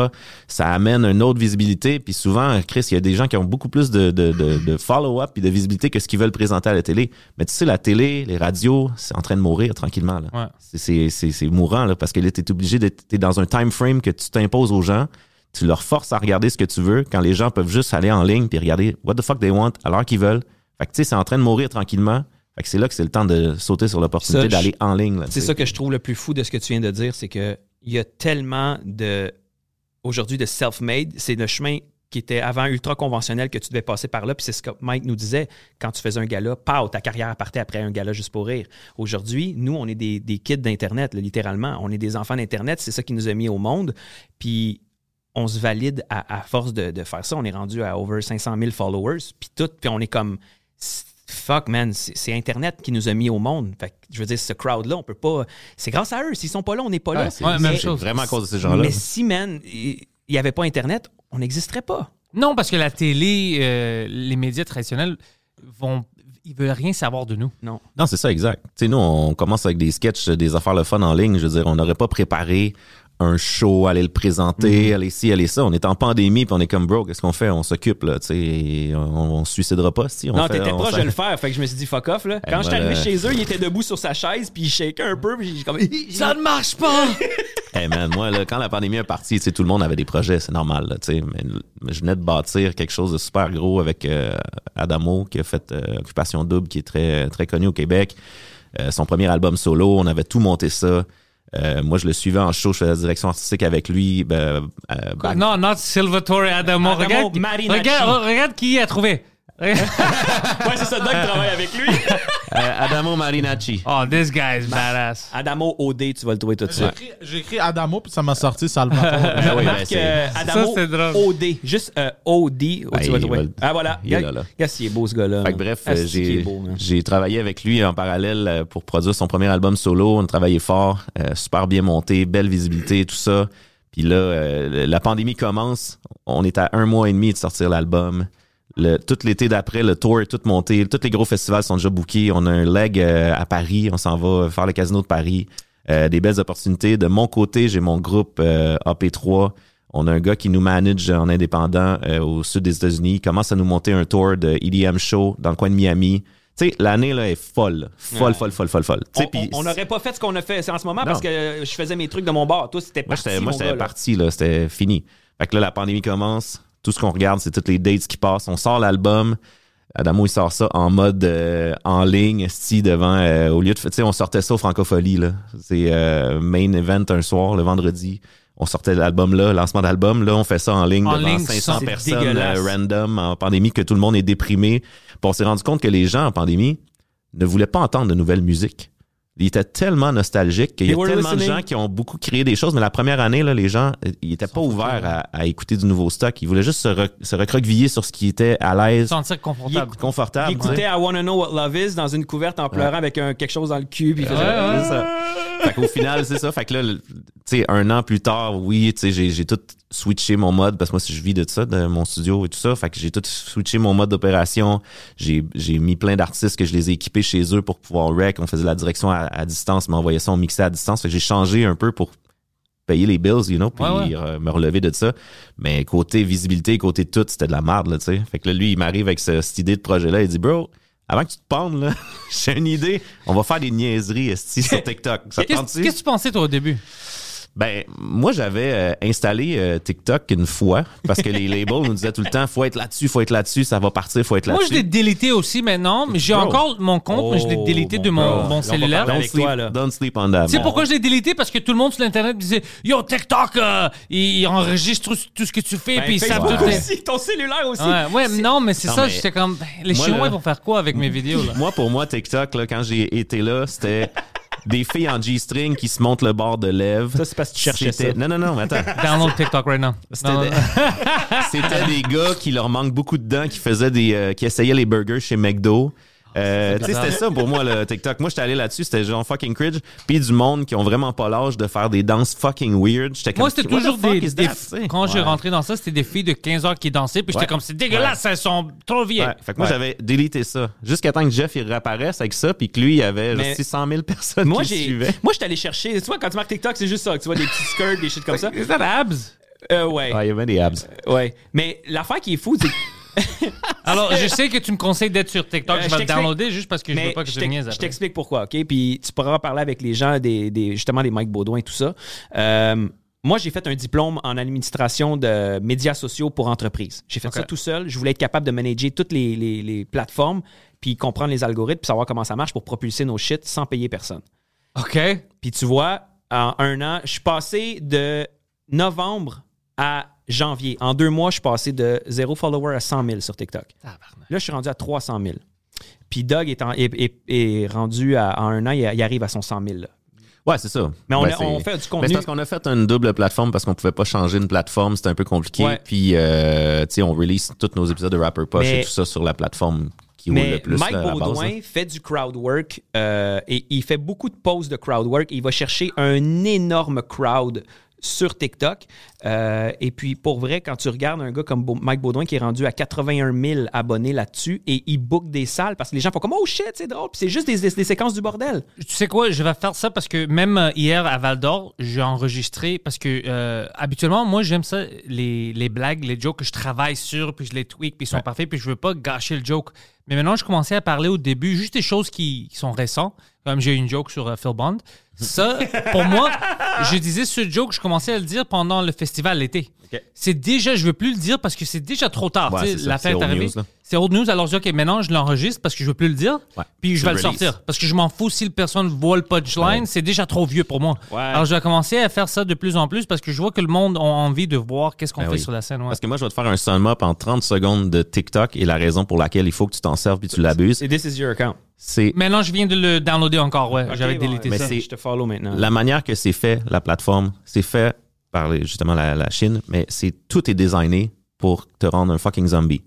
ça amène une autre visibilité. Puis souvent, Chris, il y a des gens qui ont beaucoup plus de, de, de, de follow-up et de visibilité que ce qu'ils veulent présenter à la télé. Mais tu sais, la télé, les radios, c'est en train de mourir tranquillement. Là. Ouais. C'est- C'est, c'est, c'est mourant là, parce que là, t'es obligé d'être t'es dans un time frame que tu t'imposes aux gens. Tu leur forces à regarder ce que tu veux quand les gens peuvent juste aller en ligne puis regarder what the fuck they want à l'heure qu'ils veulent. Fait que tu sais, c'est en train de mourir tranquillement. Fait que c'est là que c'est le temps de sauter sur l'opportunité Ça, je- d'aller en ligne. là, C'est tu sais. ça que je trouve le plus fou de ce que tu viens de dire, c'est que il y a tellement de aujourd'hui de self-made, c'est le chemin qui était avant ultra conventionnel que tu devais passer par là, puis c'est ce que Mike nous disait quand tu faisais un gala, pow, ta carrière partait après un gala juste pour rire. Aujourd'hui, nous on est des, des kids d'internet, là, littéralement, on est des enfants d'internet, c'est ça qui nous a mis au monde, puis on se valide à, à force de, de faire ça, on est rendu à over 500 000 followers, puis tout, puis on est comme fuck, man, c'est c'est Internet qui nous a mis au monde. Fait que, je veux dire, ce crowd-là, on peut pas. C'est grâce à eux. S'ils sont pas là, on n'est pas là. Ouais, Ah, c'est Ouais, même c'est chose. vraiment à cause de ces gens-là. Mais si, man, il n'y avait pas Internet, on n'existerait pas. Non, parce que la télé, euh, les médias traditionnels vont. Ils veulent rien savoir de nous. Non. Non, c'est ça, exact. Tu sais, nous, on commence avec des sketchs, euh, des affaires le fun en ligne. Je veux dire, on n'aurait pas préparé un show, aller le présenter, Mhm. aller ci, aller ça. On est en pandémie, puis on est comme, bro, qu'est-ce qu'on fait? On s'occupe, là, tu sais, et on, on se suicidera pas, si. On non, fait- t'étais on proche s'en- de le faire. Fait que je me suis dit, fuck off, là. Quand je suis voilà. arrivé chez eux, il était debout sur sa chaise, puis il shakeait un peu, puis j'ai comme. (laughs) Ça ne marche pas! Hey, man, moi, là, quand la pandémie est partie, tu sais, tout le monde avait des projets, c'est normal, là, tu sais, mais, mais je venais de bâtir quelque chose de super gros avec euh, Adamo, qui a fait euh, Occupation Double, qui est très, très connu au Québec. Euh, son premier album solo, on avait tout monté ça. Euh, moi, je le suivais en show, je faisais la direction artistique avec lui. ben, euh, (laughs) back- Non, not Salvatore Adamo. Adamo regarde, Marinacci. regarde, oh, regarde qui a trouvé. (laughs) Ouais, c'est ça, Doc travaille avec lui. Euh, Adamo Marinacci. oh, this guy is Bah. badass. (laughs) Adamo OD, tu vas le trouver tout de J'ai suite. écrit- J'ai écrit Adamo, puis ça m'a sorti Salvatore. (laughs) Ben oui, ben, Marc, c'est- euh, Adamo c'est drôle. OD. Juste euh, OD. oh, Ben, tu vas le il trouver. va le- Ah, voilà. il est là, Regarde- là. Regarde s'il est beau, ce gars-là. Fait que bref, Ah, c'est euh, qu'il est j'ai beau, man. j'ai travaillé avec lui en parallèle euh, pour produire son premier album solo. On a travaillé fort, euh, super bien monté, belle visibilité, tout ça. Puis là, euh, la pandémie commence. On est à un mois et demi de sortir l'album. Le, tout l'été d'après, le tour est tout monté. Tous les gros festivals sont déjà bookés. On a un leg euh, à Paris. On s'en va faire le casino de Paris. Euh, des belles opportunités. De mon côté, j'ai mon groupe euh, AP3. On a un gars qui nous manage en indépendant euh, au sud des États-Unis. Il commence à nous monter un tour de EDM Show dans le coin de Miami. Tu sais, l'année là est folle. Folle, Ouais. folle, folle, folle, folle. Tu On- sais, puis- On on n'aurait pas fait ce qu'on a fait c'est en ce moment Non. parce que euh, je faisais mes trucs dans mon bar. Toi, c'était Moi, parti. j'étais, moi, mon j'étais gars, là. parti, là. C'était fini. Fait que là, la pandémie commence. Tout ce qu'on regarde, c'est toutes les dates qui passent. On sort l'album. Adamo, il sort ça en mode euh, en ligne, si devant. euh, au lieu de. Tu sais, on sortait ça au Francophonie, là. C'est euh, main event un soir, le vendredi. On sortait l'album là, lancement d'album. Là, on fait ça en ligne En devant ligne, 500 c'est personnes dégueulasse. euh, random en pandémie, que tout le monde est déprimé. Puis on s'est rendu compte que les gens en pandémie ne voulaient pas entendre de nouvelle musique. Ils étaient tellement nostalgiques qu'il y They a were tellement de listening. gens qui ont beaucoup créé des choses, mais la première année, là, les gens, euh, ils n'étaient pas ouverts à, à écouter du nouveau stock. Ils voulaient juste se, re- se recroqueviller sur ce qui était à l'aise, Sentir confortable. confortable. Il tu sais. écoutait I Wanna Know What Love Is dans une couverte en pleurant avec un, quelque chose dans le cul. Puis il faisait- Ouais, ouais. C'est ça. Fait qu'au final, c'est ça. Fait que là, le- tu sais, un an plus tard, oui, tu sais, j'ai, j'ai tout switché mon mode parce que moi, si je vis de ça, de mon studio et tout ça, fait que j'ai tout switché mon mode d'opération. J'ai, j'ai mis plein d'artistes que je les ai équipés chez eux pour pouvoir rec. On faisait la direction à, à distance, mais on voyait ça, on mixait à distance. Fait que j'ai changé un peu pour payer les bills, you know, puis Ouais, ouais. euh, me relever de ça. Mais côté visibilité, côté tout, c'était de la merde, là, tu sais. Fait que là, lui, il m'arrive avec ce- cette idée de projet-là. Il dit, bro, avant que tu te pendes, là, (laughs) j'ai une idée. On va faire des niaiseries (laughs) esti, sur TikTok. Ça te Qu'est-ce tente-tu? qu'est-ce que tu pensais, toi, au début? Ben, moi, j'avais euh, installé euh, TikTok une fois parce (laughs) que les labels nous disaient tout le temps, faut être là-dessus, faut être là-dessus, ça va partir, faut être Moi, je l'ai hein. là-dessus. délété aussi maintenant, mais j'ai Bro. encore mon compte, mais je l'ai Oh, délété de mon mon, God. mon Là, on va cellulaire. parler Don't avec toi, sleep, là. don't sleep on that. Tu sais man. pourquoi je l'ai délété? Parce que tout le monde sur Internet me disait Yo, TikTok, euh, il il enregistre tout, tout ce que tu fais, Ben, puis ils savent Facebook tout. les- aussi, ton cellulaire aussi. Ouais, ouais, mais non, mais c'est Non, ça, mais- j'étais comme Ben, Les Moi, Chinois, là- ils vont faire quoi avec mes vidéos, là? (laughs) Moi, pour moi, TikTok, là, quand j'ai été là, c'était des filles en G-string qui se montent le bord de lèvres. Ça, c'est parce que tu cherchais C'était- ça. Non, non, non, mais (laughs) attends. Download TikTok right now. C'était Non, des- non, non. (laughs) C'était des gars qui leur manque beaucoup de dents, qui faisaient des, euh, qui essayaient les burgers chez McDo. Ah, Euh, tu sais, c'était ça pour moi le TikTok. Moi, j'étais allé là-dessus, c'était genre fucking cringe. Puis du monde qui ont vraiment pas l'âge de faire des danses fucking weird. J'étais Moi, comme, c'était what the toujours fuck des. is des- that, tu sais? quand j'ai Ouais. rentré dans ça, c'était des filles de 15 heures qui dansaient, puis j'étais Ouais. comme C'est dégueulasse, elles sont trop vieilles. Ouais. Fait que moi, Ouais. j'avais délité ça. Jusqu'à temps que Jeff, il réapparaisse avec ça, puis que lui, il y avait genre Mais- 600 000 personnes Moi, qui le j'ai, suivaient. moi, j'étais allé chercher. Tu vois, quand tu marques TikTok, c'est juste ça. Tu vois des petits skirts, des shit comme ça. Is that abs? Euh, ouais, Ouais, Ah, il y avait des abs. ouais. Mais l'affaire qui est fou, c'est que Alors, je sais que tu me conseilles d'être sur TikTok, Euh, je je vais le t'explique- downloader juste parce que je veux Mais pas que je t'ex- niaise Je après. t'explique pourquoi, OK? Puis tu pourras parler avec les gens, des, des- justement, des Mike Baudouin et tout ça. Euh, moi, j'ai fait un diplôme en administration de médias sociaux pour entreprises. J'ai fait ça tout seul. Je voulais être capable de manager toutes les, les- les plateformes, puis comprendre les algorithmes, puis savoir comment ça marche pour propulser nos shit sans payer personne. OK. Puis tu vois, en un an, je suis passé de novembre à janvier. En deux mois, je suis passé de zéro follower à 100 000 sur TikTok. Là, je suis rendu à 300 000. Puis Doug est, en- est- est- est rendu à, en un an, il, il arrive à son 100 000. là. Ouais, c'est ça. Mais on Ouais, a- c'est- on fait du contenu. Mais c'est parce qu'on a fait une double plateforme parce qu'on pouvait pas changer une plateforme, c'était un peu compliqué. Ouais. Puis, euh, tu sais, on release tous nos épisodes de Rapper Poche Mais- et tout ça sur la plateforme qui roule le Mais plus Mike là, à la base, Baudouin Ah là. fait du crowd work euh, et il fait beaucoup de pauses de crowd work. Il va chercher un énorme crowd sur TikTok. Euh, et puis, pour vrai, quand tu regardes un gars comme Bo- Mike Baudouin qui est rendu à 81 000 abonnés là-dessus et il book des salles parce que les gens font comme « Oh shit, c'est drôle! » Puis c'est juste des, des- des séquences du bordel. Tu sais quoi, je vais faire ça parce que même euh, hier à Val d'Or, j'ai enregistré parce que euh, habituellement, moi, j'aime ça, les, les blagues, les jokes que je travaille sur, puis je les tweak, puis ils sont parfaits, puis je veux pas gâcher le joke. Mais maintenant, je commençais à parler au début juste des choses qui, qui sont récentes. Comme j'ai eu une joke sur euh, Phil Bond. Ça, pour (laughs) moi, je disais ce joke, je commençais à le dire pendant le festival l'été. C'est déjà, je veux plus le dire parce que c'est déjà trop tard. Ouais, Tu sais, c'est ça, la fin c'est est old arrivée. news, là. C'est old news, alors je dis, OK, maintenant, je l'enregistre parce que je veux plus le dire, Ouais. puis je Tu vais le release. sortir. Parce que je m'en fous si le personne voit le punchline, c'est déjà trop vieux pour moi. Alors je vais commencer à faire ça de plus en plus parce que je vois que le monde a envie de voir qu'est-ce qu'on Ben fait oui. sur la scène. ouais. Parce que moi, je vais te faire un sum up en 30 secondes de TikTok et la raison pour laquelle il faut que tu t'en serves puis tu l'abuses, C'est « This is your account c'est Maintenant, je viens de le downloader encore, ouais. ». J'avais Ok, bon, délité mais ça. c'est- Je te follow maintenant. la manière que c'est fait, la plateforme, c'est fait par les- justement la, la Chine, mais c'est tout est designé pour te rendre un fucking zombie.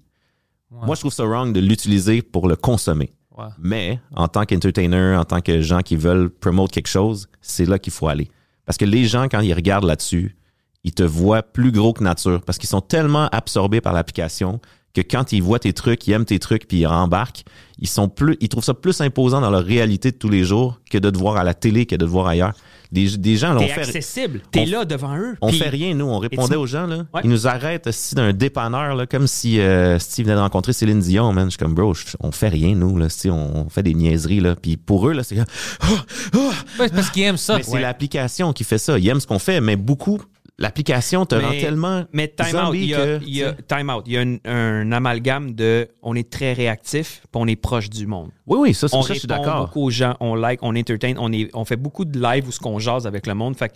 Moi, je trouve ça wrong de l'utiliser pour le consommer. Ouais. Mais en tant qu'entertainer, en tant que gens qui veulent promouvoir quelque chose, c'est là qu'il faut aller. Parce que les gens, quand ils regardent là-dessus, ils te voient plus gros que nature parce qu'ils sont tellement absorbés par l'application que quand ils voient tes trucs, ils aiment tes trucs puis ils embarquent, ils sont plus, ils trouvent ça plus imposant dans leur réalité de tous les jours que de te voir à la télé, que de te voir ailleurs. Des, des gens, là, on T'es fait, accessible. T'es on- là devant eux. on puis- fait rien, nous, on répondait tu- aux gens, là. Ouais. Ils nous arrêtent si d'un dépanneur, là, comme si euh, Steve venait de rencontrer Céline Dion, man. Je suis comme, bro, je- on fait rien, nous, là. Si on fait des niaiseries, là. Puis pour eux, là, c'est Ah! Ah! Ouais, c'est parce qu'ils aiment Ah, ça. Mais c'est Ouais. l'application qui fait ça. Ils aiment ce qu'on fait, mais beaucoup, l'application te rend Mais- tellement. Mais time out, zombie il y a, que- il y a- time out. Il y a un, un amalgame de on est très réactif, puis on est proche du monde. Oui, oui, ça, c'est On ça, je suis répond d'accord. beaucoup aux gens, on like, on entertain, on, est, on fait beaucoup de live où ce qu'on jase avec le monde. Fait que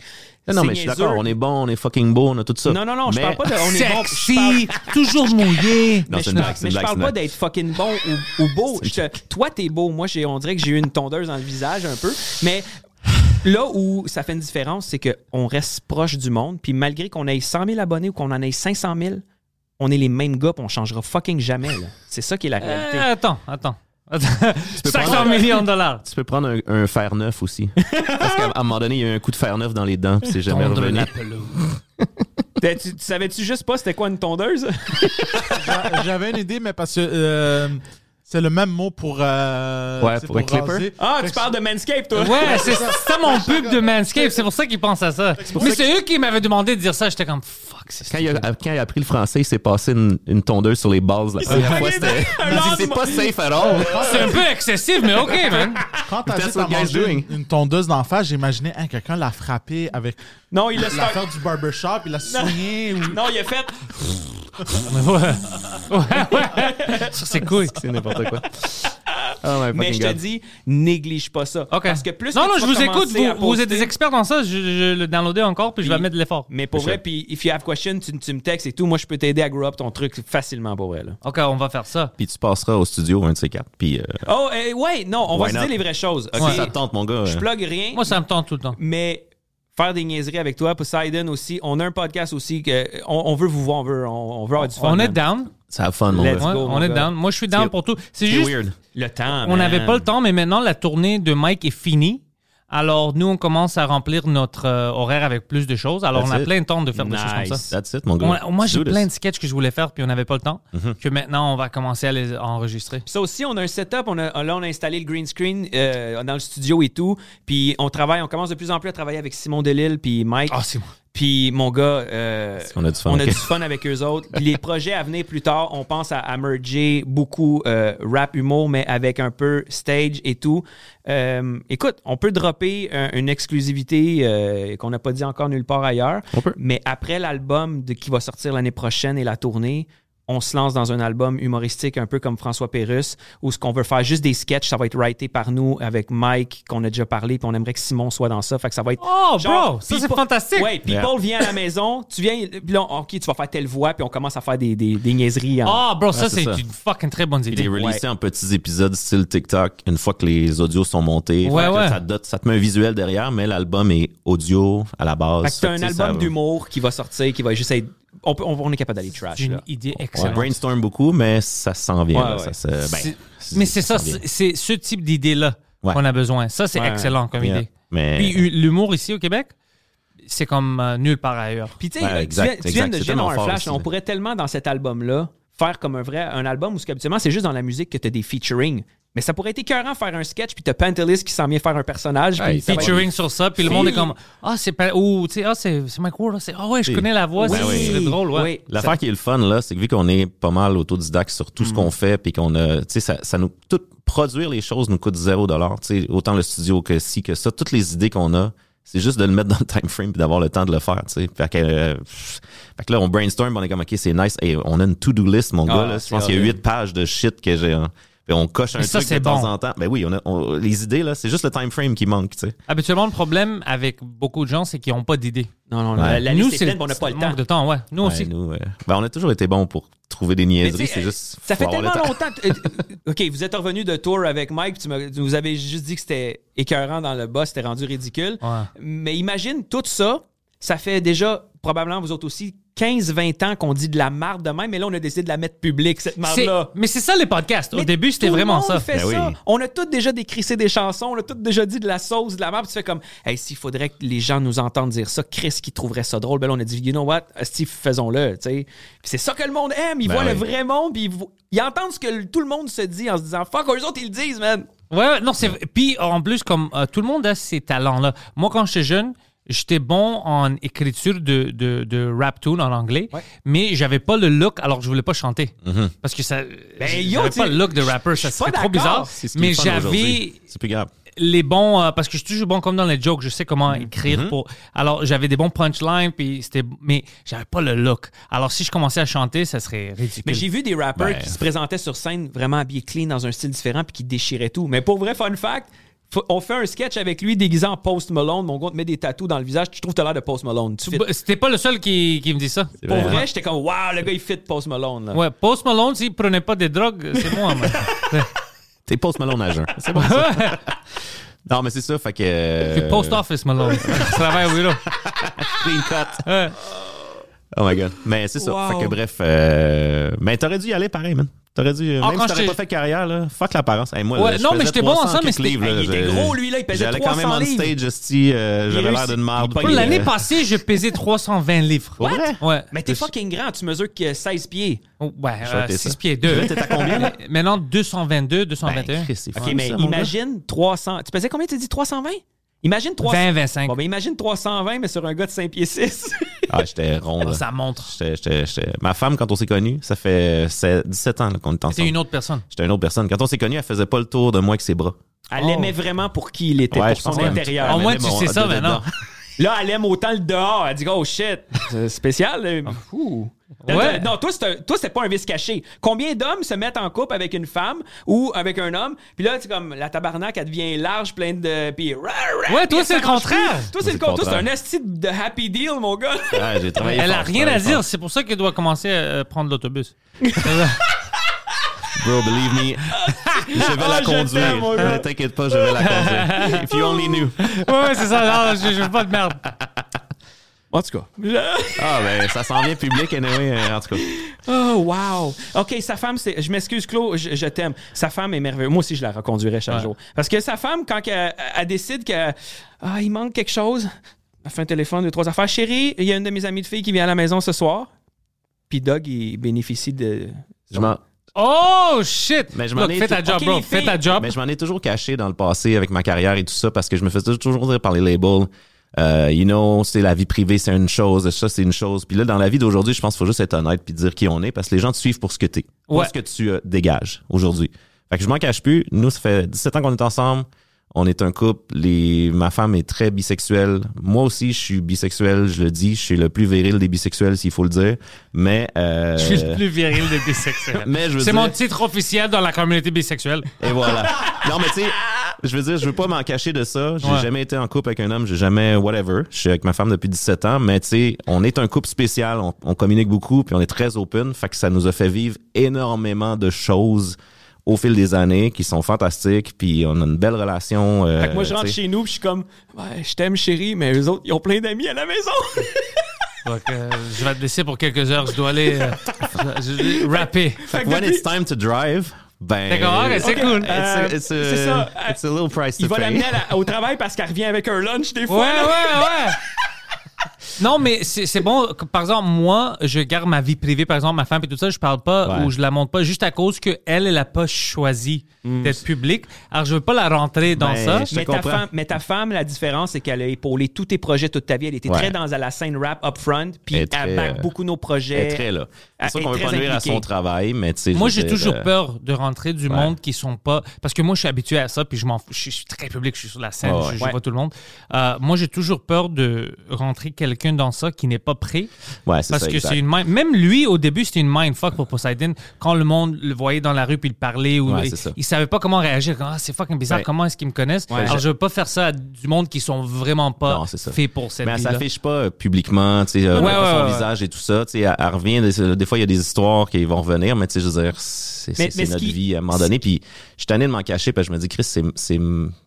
Non, non, c'est mais je suis niaiseux. d'accord. On est bon, on est fucking beau, on a tout ça. Non, non, non, je Mais- (laughs) parle pas de. On est bon, je parle- Sexy, toujours mouillé. Non, mais c'est je une blague, c'est parle, mais une je blague, parle c'est une pas blague. d'être fucking bon ou, ou beau. Je te- toi, t'es beau. Moi, j'ai, on dirait que j'ai eu une tondeuse dans le visage un peu. Mais là où ça fait une différence, c'est qu'on reste proche du monde. Puis malgré qu'on ait 100 000 abonnés ou qu'on en ait 500 000, on est les mêmes gars puis on changera fucking jamais. là. C'est ça qui est la réalité. Euh, attends, (laughs) attends. peux 500 prendre- millions de dollars. Tu peux prendre un, un fer neuf (laughs) aussi. Parce qu'à à un moment donné, il y a eu un coup de fer neuf dans les dents, puis c'est jamais Tondre revenu. la pelouse. T'as- Tu, tu savais-tu juste pas c'était quoi une tondeuse? J'a- J'avais une idée, mais parce que euh, c'est le même mot pour. euh, Ouais, c'est pour un clipper. raser. Ah, Fait tu que parles de Manscaped, toi? Ouais, c'est c'est ça mon pub de Manscaped. C'est pour ça qu'ils pensent à ça. Mais c'est eux qui m'avaient demandé de dire ça. J'étais comme fuck, c'est Quand il, a, quand il a appris le français, il s'est passé une, une tondeuse sur les bases. La première fois, c'était. (laughs) Il dit, C'est pas safe at all. (laughs) C'est un peu excessif, mais OK, man. Quand That's t'as what guys mangé doing. une, une tondeuse d'en face, j'imaginais hein, quelqu'un l'a frappé avec Non, il a l'affaire du barbershop, il l'a soigné. ou- Non, il a fait. Ouais. Ouais, ouais. Sur ses couilles. C'est n'importe (laughs) quoi. Oh my Mais fucking je te God. dis, néglige pas ça. OK. Parce que plus non, que non, tu je vas vous écoute. commencer à Vous, vous êtes poster- des experts dans ça. Je, je le downloadais encore, puis je vais Puis- mettre de l'effort. Mais pour vrai, puis if you have question, tu, tu me textes et tout. Moi, je peux t'aider à grow up ton truc facilement pour vrai. Là. OK, on va faire ça. Puis tu passeras au studio un de ces quatre. Puis euh, Oh, eh, ouais, non, on va Why se not? dire les vraies choses. ok? si ça te tente, mon gars. Je euh, plug rien, Moi, ça me tente tout le temps. mais faire des niaiseries avec toi, Poseidon aussi. On a un podcast aussi que on, on veut vous voir, on veut, on, on veut avoir du fun. On est man. down. Ça a fun, mon Let's gars. Ouais, go, on mon est gars. down. Moi, je suis down pour tout. C'est C'est juste, weird. Le temps. on man. n'avait pas le temps, mais maintenant, la tournée de Mike est finie. Alors, nous, on commence à remplir notre euh, horaire avec plus de choses. Alors, That's on a it. plein de temps de faire des choses Nice. comme ça. That's it, mon On- gars. moi, j'ai Do this. plein de sketchs que je voulais faire, puis on n'avait pas le temps. Mm-hmm. Que maintenant, on va commencer à les enregistrer. Ça aussi, on a un setup. On a, ah, là, on a installé le green screen euh, dans le studio et tout. Puis on travaille, on commence de plus en plus à travailler avec Simon Delille puis Mike. Ah, c'est moi. Puis mon gars, euh, qu'on a du fun, ok. du fun avec eux autres. Puis les projets à venir plus tard, on pense à, à merger beaucoup euh, rap humour, mais avec un peu stage et tout. Euh, écoute, on peut dropper un- une exclusivité euh, qu'on n'a pas dit encore nulle part ailleurs. On peut. Mais après l'album de- qui va sortir l'année prochaine et la tournée, on se lance dans un album humoristique un peu comme François Pérusse, où ce qu'on veut faire juste des sketchs, ça va être writé par nous avec Mike, qu'on a déjà parlé, puis on aimerait que Simon soit dans ça. Fait que ça va être. Oh, bro, ça, c'est people- fantastique. Ouais, people Yeah. vient à la maison, tu viens, puis là, OK, tu vas faire telle voix, puis on commence à faire des, des, des niaiseries. en- Ah, bro, ça, c'est c'est ça. une fucking très bonne Il est idée. releasé en petits épisodes style TikTok une fois que les audios sont montés. Ouais, Fait que ouais. Ça, te donne- ça te met un visuel derrière, mais l'album est audio à la base. Fait que t'as Fait un que, tu sais, ça album va. d'humour qui va sortir, qui va juste être on, peut- on- on est capable d'aller trash. C'est une là. idée On excellente. brainstorm beaucoup, mais ça s'en vient. Ouais, là, ouais. ça se- ben, C'est- mais c'est ça, s'en vient. c'est c'est ce type d'idée-là Ouais. qu'on a besoin. Ça, c'est Ouais. excellent comme Yeah. idée. Mais Puis u- l'humour ici au Québec, c'est comme euh, nulle part ailleurs. Puis tu sais, Ouais, là, tu exact, viens- tu exact, viens de c'est dire dans tellement un fort flash, aussi, on là. pourrait tellement dans cet album-là faire comme un vrai un album où ce qu'habituellement c'est juste dans la musique que tu as des featuring. Mais ça pourrait être écœurant faire un sketch, puis t'as Pantelis qui s'en vient faire un personnage. puis Hey, ça va être- Featuring sur ça, puis le Si. monde est comme Ah, c'est pas. Ou, tu sais, ah, c'est c'est Mike Ward. ah, c'est- Ah, ouais, je Si. connais la voix, Ben c'est oui. c'est drôle, ouais. Oui. L'affaire qui est le fun, là, c'est que vu qu'on est pas mal autodidacte sur Mm. tout ce qu'on fait, puis qu'on a, tu sais, ça, ça nous, tout, produire les choses nous coûte zéro dollar, tu sais, autant le studio que ci, que ça, toutes les idées qu'on a, c'est juste de le mettre (laughs) dans le time frame puis d'avoir le temps de le faire, tu sais. Fait que, euh, pff, fait que là, on brainstorm, on est comme, OK, c'est nice, Hey, on a une to-do list, mon gars, là. Je Ah, c'est pense qu'il y a horrible. huit pages de shit que j'ai, hein. Puis on coche un Mais ça, truc de c'est temps bon. en temps. Ben oui, on a, on- les idées, là, c'est juste le time frame qui manque, tu sais. Habituellement, le problème avec beaucoup de gens, c'est qu'ils n'ont pas d'idée. Non, non, la- la Nous, liste est c'est pleine, mais on n'a pas le manque temps. de temps, ouais. Nous Ouais, aussi. nous, euh, ben, on a toujours été bons pour trouver des Mais niaiseries, tu sais, euh, c'est juste. Ça faut fait avoir le tellement temps. longtemps. Euh, OK, vous êtes revenu de tour avec Mike, puis tu m'as- tu vous avez juste dit que c'était écœurant dans le bas, c'était rendu ridicule. Ouais. Mais imagine tout ça, ça fait déjà, probablement vous autres aussi, 15-20 ans qu'on dit de la marde de même, mais là, on a décidé de la mettre publique, cette C'est- marde-là. Mais c'est ça les podcasts. Au Mais début, c'était tout le vraiment monde ça. fait Ben oui. On a tous déjà décrissé des chansons, on a tous déjà dit de la sauce, de la marde. puis Tu fais comme, hey, s'il faudrait que les gens nous entendent dire ça, Chris qui trouverait ça drôle. Ben là, on a dit, you know what, Steve, faisons-le. tu sais. Puis c'est ça que le monde aime. Ils Ben voient le oui. vrai monde, puis ils, vo- ils entendent ce que le- tout le monde se dit en se disant, fuck, eux autres, ils le disent, man. Ouais, ouais, non, c'est. Puis en plus, comme euh, tout le monde a ses talents-là. Moi, quand j'étais jeune, j'étais bon en écriture de, de, de rap tune en anglais, mais j'avais pas le look, alors je voulais pas chanter. Mm-hmm. Parce que ça. Ben, yo, j'avais tu- pas le look de rapper, je ça suis serait pas trop d'accord. bizarre. C'est ce qui est Mais le fun j'avais aujourd'hui. C'est plus grave. les bons. euh, parce que je suis toujours bon comme dans les jokes, je sais comment Mm-hmm. écrire pour. Alors j'avais des bons punchlines, puis c'était. Mais j'avais pas le look. Alors si je commençais à chanter, ça serait ridicule. Mais j'ai vu des rappers Ben. qui se présentaient sur scène vraiment habillés clean dans un style différent puis qui déchiraient tout. Mais pour vrai, fun fact, f- on fait un sketch avec lui déguisé en Post Malone. Mon gars on te met des tatous dans le visage. Tu trouves que t'as l'air de Post Malone. Tu fit. Bah, C'était pas le seul qui, qui me dit ça. Pour vrai, vrai, j'étais comme, waouh, le gars, il fit Post Malone. là. Ouais, Post Malone, s'il prenait pas des drogues, c'est moi, (laughs) man. T'es post Malone à jeun. C'est bon ça. (laughs) non, mais c'est ça, fait que. Puis Euh, Post Office (laughs) Malone. Je travaille au bureau. Clean cut. Ouais. Oh my god. Mais c'est ça. Wow. Fait que bref. euh, Mais t'aurais dû y aller pareil, man. T'aurais dû. Ah, même quand si t'aurais j'étais- pas fait carrière, là. Fuck l'apparence. Hey, moi, Ouais, là, je non, faisais mais j'étais bon en 300 ça, mais quelques c'était- livres, Hey, là, il était je- gros, lui, là, il pesait J'allais quand même 300 on livres. stage, hostie, euh, j'avais l'air réussit- d'une marde. il pognait. puis, euh, L'année passée, je pesais 320 livres. Pour vrai? Ouais. Mais t'es fucking grand, tu mesures que 16 pieds. Oh, Ouais, Je vais noter 6 ça. pieds 2. (laughs) T'es à combien, là? Maintenant, 222, Ben, 221. Chris, c'est OK, fou, mais ça, mon gars. imagine 300. Tu pesais combien, tu dis 320? Imagine 300. 20, 25. Bon, ben imagine 320, mais sur un gars de 5 (laughs) pieds 6. Ah, j'étais rond, là. Ça montre. J'étais- j'étais- j'étais- Ma femme, quand on s'est connus, ça fait sept- 17 ans là, qu'on est ensemble. C'était une autre personne. J'étais une autre personne. Quand on s'est connus, elle faisait pas le tour de moi avec ses bras. Elle Oh. aimait vraiment pour qui il était, Ouais, pour je pense son qu'elle- intérieur. Au mais moins, là, tu bon, sais de- ça de- maintenant. Là, elle aime autant le dehors. Elle dit Oh shit, c'est spécial. euh, Ah. ouh. Ouais. Non, toi, c'est un- toi, c'est pas un vice caché. Combien d'hommes se mettent en couple avec une femme ou avec un homme? Puis là, c'est comme la tabarnak, elle devient large, pleine de. Puis. Ouais, toi, c'est le contraire. Toi, c'est le le contraire. Toi, c'est un contraire. esti de happy deal, mon gars. (laughs) Ah, j'ai travaillé Elle a fort, rien travaillé à dire. fort. C'est pour ça qu'elle doit commencer à euh, prendre l'autobus. Bro, (laughs) believe me, je Ah, vais la je t'aime, mon conduire. gars. Ne t'inquiète pas, je vais la conduire. If you only knew. Ouais, ouais, c'est ça. Non, je, je veux pas de (laughs) merde. En tout cas. Ah, ben, ça s'en vient public, anyway, euh, en tout cas. Oh, wow. OK, sa femme, c'est. Je m'excuse, Claude, je, je t'aime. Sa femme est merveilleuse. Moi aussi, je la reconduirais chaque Ouais. jour. Parce que sa femme, quand elle, elle décide qu'il manque quelque chose, elle fait un téléphone, deux, trois affaires. Chérie, il y a une de mes amies de filles qui vient à la maison ce soir. Puis Doug, il bénéficie de. Je m'en- Oh, shit. Mais je m'en Look, ai fais tout- ta job, Ok, bro. les Fais filles. ta job. Mais je m'en ai toujours caché dans le passé avec ma carrière et tout ça parce que je me faisais toujours dire par les labels, euh, you know, c'est la vie privée, c'est une chose, ça c'est une chose. Puis là, dans la vie d'aujourd'hui, je pense qu'il faut juste être honnête puis dire qui on est parce que les gens te suivent pour ce que t'es, pas Ouais. ce que tu euh, dégages aujourd'hui. Fait que je m'en cache plus. Nous, ça fait 17 ans qu'on est ensemble. On est un couple. Les, ma femme est très bisexuelle. Moi aussi, je suis bisexuel. Je le dis, je suis le plus viril des bisexuels, s'il faut le dire. Mais euh, Je suis le plus viril des bisexuels. (laughs) Mais je veux c'est dire- mon titre officiel dans la communauté bisexuelle. Et voilà. Non, mais tu sais, je veux dire, je veux pas m'en cacher de ça. J'ai Ouais. jamais été en couple avec un homme, j'ai jamais whatever. Je suis avec ma femme depuis 17 ans, mais tu sais, on est un couple spécial, on, on communique beaucoup, puis on est très open, fait que ça nous a fait vivre énormément de choses au fil des années qui sont fantastiques, puis on a une belle relation. euh, Fait que moi, je rentre tu sais. (laughs) chez nous, puis je suis comme, ouais, je t'aime, chérie, mais eux autres, ils ont plein d'amis à la maison. Fait que, euh, je vais te laisser pour quelques heures. Je dois aller euh, je- je- rapper. (laughs) Fait que when it's time to drive, ben. T'es correct, c'est Ok, cool. It's a, it's a- C'est ça. It's a little price to Il va pay. l'amener à la- au travail parce qu'elle revient avec un lunch des Ouais, fois. ouais, là. ouais. Non, mais c'est c'est bon. que, Par exemple, moi, je garde ma vie privée, par exemple, ma femme et tout ça, je parle pas Ouais. ou je la montre pas juste à cause qu'elle, elle a pas choisi d'être publique. Alors, je veux pas la rentrer dans Mm. Ben, ça. je Mais te ta, comprends. femme, mais ta femme, la différence, c'est qu'elle a épaulé tous tes projets toute ta vie. Elle était Ouais. très dans la scène rap up front, puis Elle elle, est très, back euh, beaucoup nos projets. Elle est très là. Elle C'est sûr est qu'on veut très pas nuire à impliquée. son travail, mais tu sais. Moi, je veux j'ai dire, toujours euh, peur de rentrer du ouais. monde qui sont pas. Parce que moi, je suis habitué à ça, puis je m'en fous. Je suis très public, je suis sur la scène, Ouais, je- ouais. je, Ouais. vois tout le monde. Euh, moi, j'ai toujours peur de rentrer quelqu'un dans ça qui n'est pas prêt. Ouais, c'est Parce ça, que exact. c'est une mind. Même lui, au début, c'était une mindfuck pour Poseidon. Quand le monde le voyait dans la rue, puis il parlait, ou Ouais, il, c'est ça. il savait pas comment réagir. Comme, Ah, c'est fucking bizarre, Ouais. comment est-ce qu'ils me connaissent? Alors, je veux pas faire ça à du monde qui sont vraiment Ah, pas Non, c'est ça. faits pour cette Mais elle vie-là. s'affiche pas euh, publiquement, tu sais, euh, Ouais, montre ouais, son ouais. visage et tout ça. Tu sais, elle, elle revient. Des, des fois, il y a des histoires qui vont revenir, mais tu sais, je veux dire, c'est Mais- c'est- c'est mais ce notre qui- vie à un moment donné. Puis, je suis tanné de m'en cacher, parce que je me dis, Chris, c'est c'est-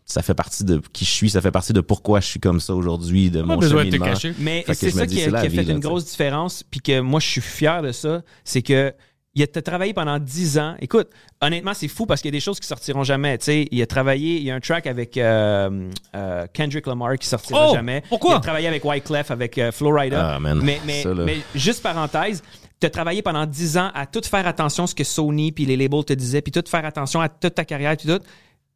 ça fait partie de qui je suis, ça fait partie de pourquoi je suis comme ça aujourd'hui, de mon besoin de te cheminement. cacher. Mais Fait que c'est je me ça dis, qui a, c'est la qui a vie, fait là, une tu sais. grosse différence, puis que moi, je suis fier de ça, c'est que il a t- travaillé pendant 10 ans. Écoute, honnêtement, c'est fou parce qu'il y a des choses qui sortiront jamais. Tu sais, il a travaillé, il y a un track avec euh, euh, Kendrick Lamar qui sortira Oh! jamais. Pourquoi? Il a travaillé avec Wyclef, avec euh, Flowrider. Ah, man, mais, mais, ça, là. mais juste parenthèse, tu as travaillé pendant 10 ans à tout faire attention à ce que Sony puis les labels te disaient, puis tout faire attention à toute ta carrière, puis tout.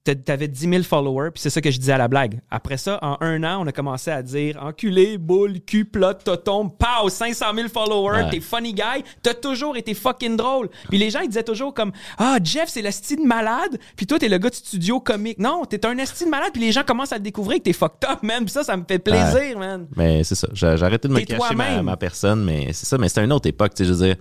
T'a- T'avais 10 000 followers, puis c'est ça que je disais à la blague. Après ça, en un an, on a commencé à dire enculé, boule, cul, plot, toton, pow, 500 000 followers, Ouais. t'es funny guy, t'as toujours été fucking drôle. Puis les gens, ils disaient toujours comme Ah, Jeff, c'est le style malade, puis toi, t'es le gars du studio comique. Non, t'es un style malade, puis les gens commencent à le découvrir que t'es fucked up, man, puis ça, ça me fait plaisir, man. Mais c'est ça. J'ai j'ai arrêté de me T'es cacher ma, toi-même. ma personne, mais c'est ça. Mais c'était une autre époque. tu sais, Je veux dire,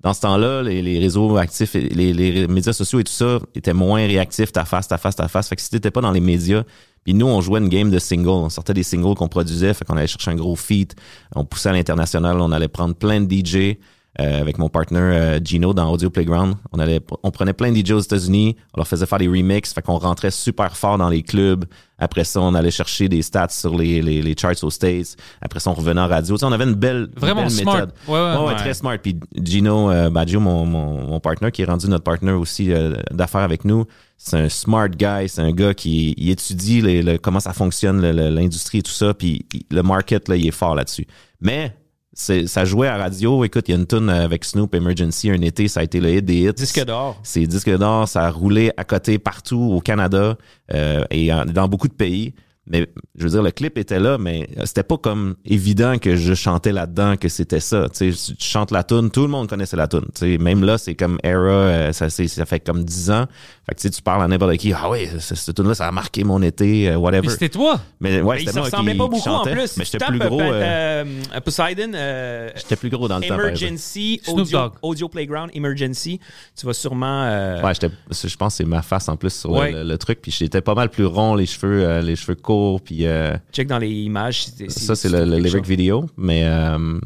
dans ce temps-là, les, les réseaux actifs, et les, les médias sociaux et tout ça étaient moins réactifs, ta face, ta face, ta face. Fait que si t'étais pas dans les médias, puis nous, on jouait une game de singles. On sortait des singles qu'on produisait, fait qu'on allait chercher un gros feat, on poussait à l'international, on allait prendre plein de DJ. euh, avec mon partner euh, Gino dans Audio Playground. On, allait, on prenait plein de DJ aux États-Unis, on leur faisait faire des remixes, fait qu'on rentrait super fort dans les clubs. Après ça, on allait chercher des stats sur les, les, les charts aux States. Après ça, on revenait en radio. Tu sais, on avait une belle, Vraiment belle smart. méthode. Ouais, ouais, ouais, ouais. très smart. Puis Gino euh, Baggio, mon, mon, mon partner, qui est rendu notre partner aussi euh, d'affaires avec nous, c'est un smart guy. C'est un gars qui il étudie les- le- comment ça fonctionne, le- le- l'industrie et tout ça. Puis il- le market, là, il est fort là-dessus. Mais c'est- ça jouait à radio. Écoute, il y a une tune avec Snoop Emergency un été. Ça a été le hit des hits. Disque d'or. C'est disque d'or, ça a roulé à côté partout au Canada euh, et en- dans beaucoup de pays. Mais je veux dire, le clip était là, mais euh, c'était pas comme évident que je chantais là-dedans, que c'était ça. Tu sais, tu chantes la tune, tout le monde connaissait la tune. Tu sais, même là, c'est comme era, euh, ça, c'est- ça fait comme 10 ans. Fait que tu sais, tu parles à n'importe qui, ah oui, ce- cette tune là ça a marqué mon été, euh, Puis whatever. c'était toi. Mais ouais, Mais il c'était se moi qui, ressemblait pas qui beaucoup chantais, en plus. mais j'étais Tu plus tapes, gros. euh, euh, euh, Poseidon, euh, J'étais plus gros dans le temps. par exemple. Emergency, Snoop audio, Dogg. audio Playground, Emergency. Tu vas sûrement. euh, Ouais, j'étais- je pense que c'est ma face en plus sur le- Ouais. le, le truc. Puis j'étais pas mal plus rond, les cheveux, euh, les cheveux courts. Puis euh, Check dans les images. si t'es- si ça, tu c'est le, trouves le quelque lyric chose. video. Mais, euh,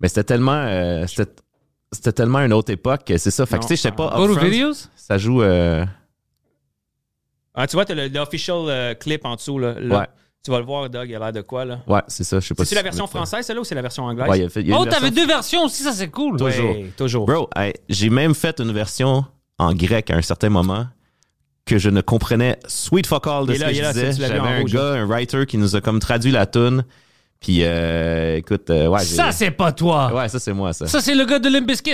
mais c'était tellement. euh, c'était c'était tellement une autre époque. que C'est ça. Fait que Non, tu sais, j'étais pas. Go to upfront. videos? Ça joue. euh, Ah, tu vois, t'as le- l'official euh, clip en dessous. Là, là. Ouais. Tu vas le voir, Doug, il a l'air de quoi, là? ouais, c'est ça. Je sais pas C'est-tu si- la version française, celle-là, ou c'est la version anglaise? Ouais, il y a fait- il y a Oh, une version- t'avais deux versions aussi, ça c'est cool. Toi, Ouais. toujours. Ouais, toujours. Bro, hey, j'ai même fait une version en grec à un certain moment que je ne comprenais sweet fuck all de Il est ce là, que il est je là, disais. tu l'as vu J'avais en un rouge, gars, un writer qui nous a comme traduit la tune. Puis euh, écoute, euh, ouais, j'ai- Ça c'est pas toi. Ouais, ça c'est moi ça. Ça c'est le gars de Limp Bizkit.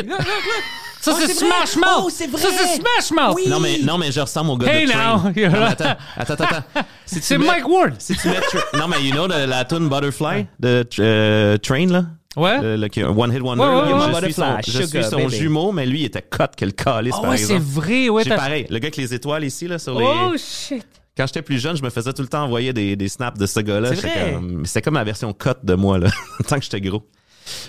Ça c'est c'est vrai. Smash Mouth. Oh, c'est vrai. Ça c'est Smash Mouth. Oui. Non mais non mais je ressemble au gars Hey de Train. now, you're Non, mais right. attends, attends, attends, attends. Si tu C'est mets- Mike Ward. Si tu mets Tra- non mais you know la, la tune Butterfly de euh, Train là. Ouais. Le, le- qui- One Hit Wonder. Ouais, ouais, ouais. Je suis son, Butterfly, je suis Sugar son Baby. jumeau, mais lui il était cut que le calice Ah par ouais, c'est exemple. vrai. Ouais, J'ai t'as- pareil, le gars avec les étoiles ici là sur les. Oh shit. Quand j'étais plus jeune, je me faisais tout le temps envoyer des, des snaps de ce gars-là. C'est J'étais vrai. comme- C'était comme la version cut de moi, là, (laughs) tant que j'étais gros.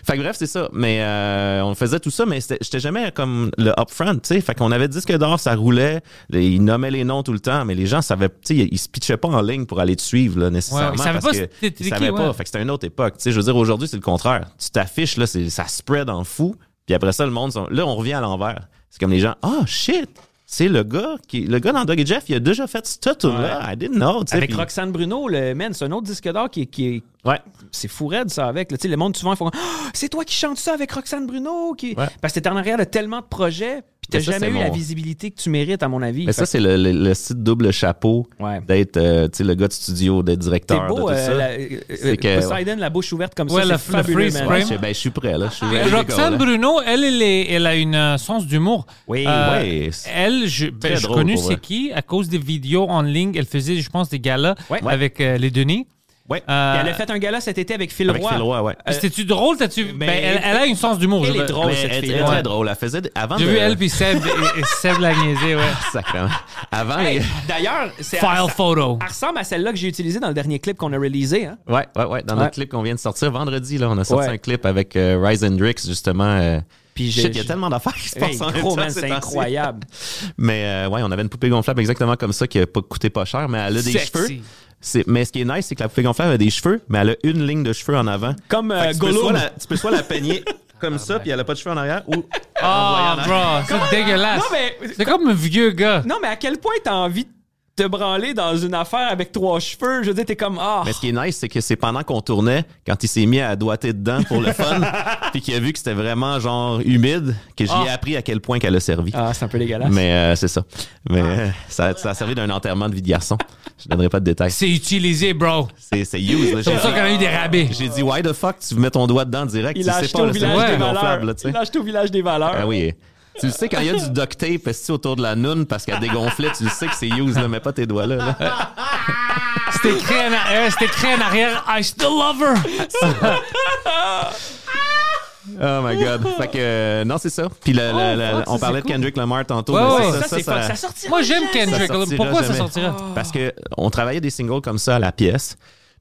Fait que bref, c'est ça. Mais euh, on faisait tout ça, mais c'était- j'étais jamais comme le upfront, tu sais. Fait qu'on avait disque d'or, ça roulait. Les- ils nommaient les noms tout le temps, mais les gens savaient, tu sais, ils, ils se pitchaient pas en ligne pour aller te suivre, là, nécessairement. Ouais, ils savaient parce pas que si t'étais ils savaient qui, pas. ouais. Fait que c'était une autre époque. Tu sais, je veux dire, aujourd'hui, c'est le contraire. Tu t'affiches, là, c'est- ça spread en fou. Puis après ça, le monde, sont- là, on revient à l'envers. C'est comme les gens, ah, shit! c'est le gars qui le gars dans Doug et Jeff, il a déjà fait ce tune là I didn't know. tu sais, Avec puis- Roxane Bruno, le man, c'est un autre disque d'or qui, est- qui est. Ouais. C'est fou raide, ça, avec. là. Tu sais, le monde, souvent, ils font Ah, C'est toi qui chantes ça avec Roxane Bruno qui... Ouais. Parce que t'es en arrière de tellement de projets, puis t'as Mais ça, jamais eu c'est la mon- visibilité que tu mérites, à mon avis. Mais ça, Fait c'est le, le- le site double chapeau Ouais. d'être euh, tu sais, le gars de studio, d'être que directeur. T'es de beau, tout euh, ça. la, euh, euh, que- Poseidon, la bouche ouverte comme Ouais, ça. le- c'est le fabuleux, freeze man. Ouais, frame. je, ben, je suis prêt, là. Je suis Ah, Mais ready to go, Roxane là. Bruno, elle, elle, est- elle a une euh, sens d'humour. Euh, Oui, ouais, c'est Elle, je, ben, très je drôle, connus pour c'est vrai. qui à cause des vidéos en ligne. Elle faisait, je pense, des galas Ouais. avec euh, les Denis. Ouais. Euh, Puis elle a fait un gala cet été avec Phil Avec Roy. Phil Roy, ouais. Euh, C'était-tu drôle? T'as-tu... Ben, ben, elle, elle a une sens d'humour. elle je- est drôle, Mais cette elle, fille-là. elle est très drôle. Elle faisait des- avant J'ai de- vu elle puis Seb (laughs) et, et Seb la niaiser, ouais. (laughs) Sacrément. Avant Hey, les- D'ailleurs, c'est. File photo. Elle ressemble à celle-là que j'ai utilisée dans le dernier clip qu'on a réalisé. Hein? Ouais, ouais, ouais. Dans notre Ouais. clip qu'on vient de sortir vendredi, là, on a sorti Ouais. un clip avec euh, Rise Hendrix, justement. euh, Puis j'ai- shit, il y a tellement d'affaires qui se Hey, passent en même gros, temps man, ces c'est temps-ci. (laughs) incroyable. Mais euh, ouais, on avait une poupée gonflable exactement comme ça qui a pas coûté pas cher, mais elle a des Sexy. cheveux. C'est- Mais ce qui est nice, c'est que la poupée gonflable a des cheveux, mais elle a une ligne de cheveux en avant. Comme, Fait que euh, tu, peux Gollum. Ah, soit la, tu peux soit la (laughs) peigner comme ça, puis elle a pas de cheveux en arrière, ou Oh, bro, c'est dégueulasse. Non, mais- C'est comme un vieux gars. Non, mais à quel point t'as envie de te branler dans une affaire avec trois cheveux? Je veux dire, t'es comme, ah, Mais ce qui est nice, c'est que c'est pendant qu'on tournait, quand il s'est mis à doiter dedans pour le (laughs) fun, puis qu'il a vu que c'était vraiment genre humide, que j'y ai Ah. appris à quel point qu'elle a servi. ah c'est un peu (laughs) dégueulasse. Mais euh, c'est ça. Mais euh, ça, ça a servi d'un enterrement de vie de garçon. Je donnerai pas de détails. C'est utilisé, bro. C'est c'est use. là. C'est J'ai pour ça dit- qu'on a eu des rabais. J'ai dit, why the fuck, tu mets ton doigt dedans direct. Il tu l'a sais acheté pas, au là, c'est une village des poupée valeurs. gonflable, là, tu sais. Il l'a acheté au village des valeurs. Ah oui. Tu le sais, quand il y a du duct tape esti, autour de la noune parce qu'elle dégonflait, tu le sais que c'est use, là, mets pas tes doigts là. là. C'était écrit, en a- euh, c'était écrit en arrière, I still love her. Oh my god. Fait que, euh, non, c'est ça. Puis le- le- le- fuck, ça, on parlait c'est de Kendrick Lamar tantôt. Ouais, mais ouais, Ça, c'est fuck, ça sortira Moi, j'aime Kendrick. sortira Pourquoi ça jamais. Oh. sortira? Parce que on travaillait des singles comme ça à la pièce.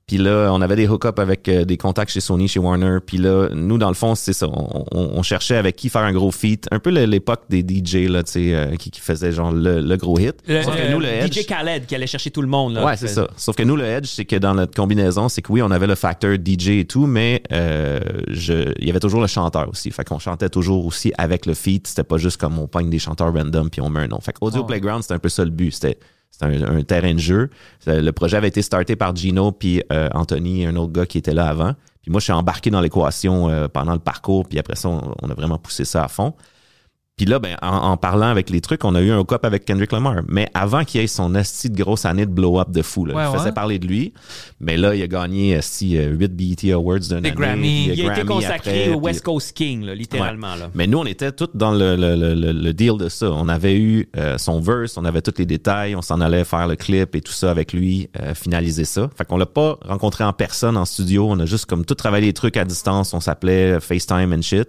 Puis là, on avait des hook-ups avec euh, des contacts chez Sony, chez Warner. Puis là, nous, dans le fond, c'est ça. On, on- on cherchait avec qui faire un gros feat. Un peu le- l'époque des DJ, là, tu sais, euh, qui, qui faisaient genre le, le gros hit. Le- Sauf que euh, nous, le edge- DJ Khaled qui allait chercher tout le monde. Là, Ouais, c'est ça. Sauf que nous, le edge, c'est que dans notre combinaison, c'est que oui, on avait le facteur DJ et tout, mais euh, je, il y avait toujours le chanteur aussi. Fait qu'on chantait toujours aussi avec le feat. C'était pas juste comme on pogne des chanteurs random puis on met un nom. Fait que Audio Playground, c'était un peu ça le but. C'était c'était un, un terrain de jeu. C'est- Le projet avait été starté par Gino puis euh, Anthony, un autre gars qui était là avant. Puis moi, je suis embarqué dans l'équation euh, pendant le parcours. Puis après ça, on- on a vraiment poussé ça à fond. Puis là, ben, en, en parlant avec les trucs, on a eu un cop avec Kendrick Lamar. Mais avant qu'il ait son asti de grosse année de blow-up de fou, là, Ouais, il faisait ouais. parler de lui. Mais là, il a gagné esti, euh, 8 BET Awards d'un Des année. Grammy. puis Il a été Grammy consacré après, au puis- West Coast King, là, littéralement. Ouais. Là. Mais nous, on était tous dans le, le- le- le- le deal de ça. On avait eu euh, son verse, on avait tous les détails, on s'en allait faire le clip et tout ça avec lui, euh, finaliser ça. Fait qu'on l'a pas rencontré en personne en studio, on a juste comme tout travaillé les trucs à distance, on s'appelait euh, FaceTime and shit.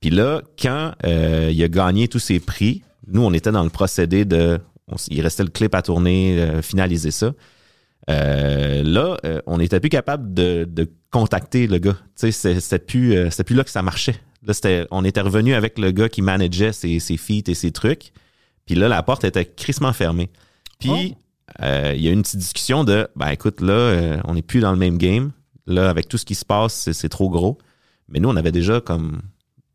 Puis là, quand euh, il a gagné tous ses prix, nous, on était dans le procédé de... on s- il restait le clip à tourner, euh, finaliser ça. Euh, là, euh, on n'était plus capable de, de contacter le gars. Tu sais, c'est- C'était plus, euh, c'était plus là que ça marchait. Là, c'était- on était revenu avec le gars qui manageait ses, ses feats et ses trucs. Puis là, la porte était crissement fermée. Puis, euh, il y a eu une petite discussion de, ben écoute, là, euh, on n'est plus dans le même game. Là, avec tout ce qui se passe, c'est- c'est trop gros. Mais nous, on avait déjà comme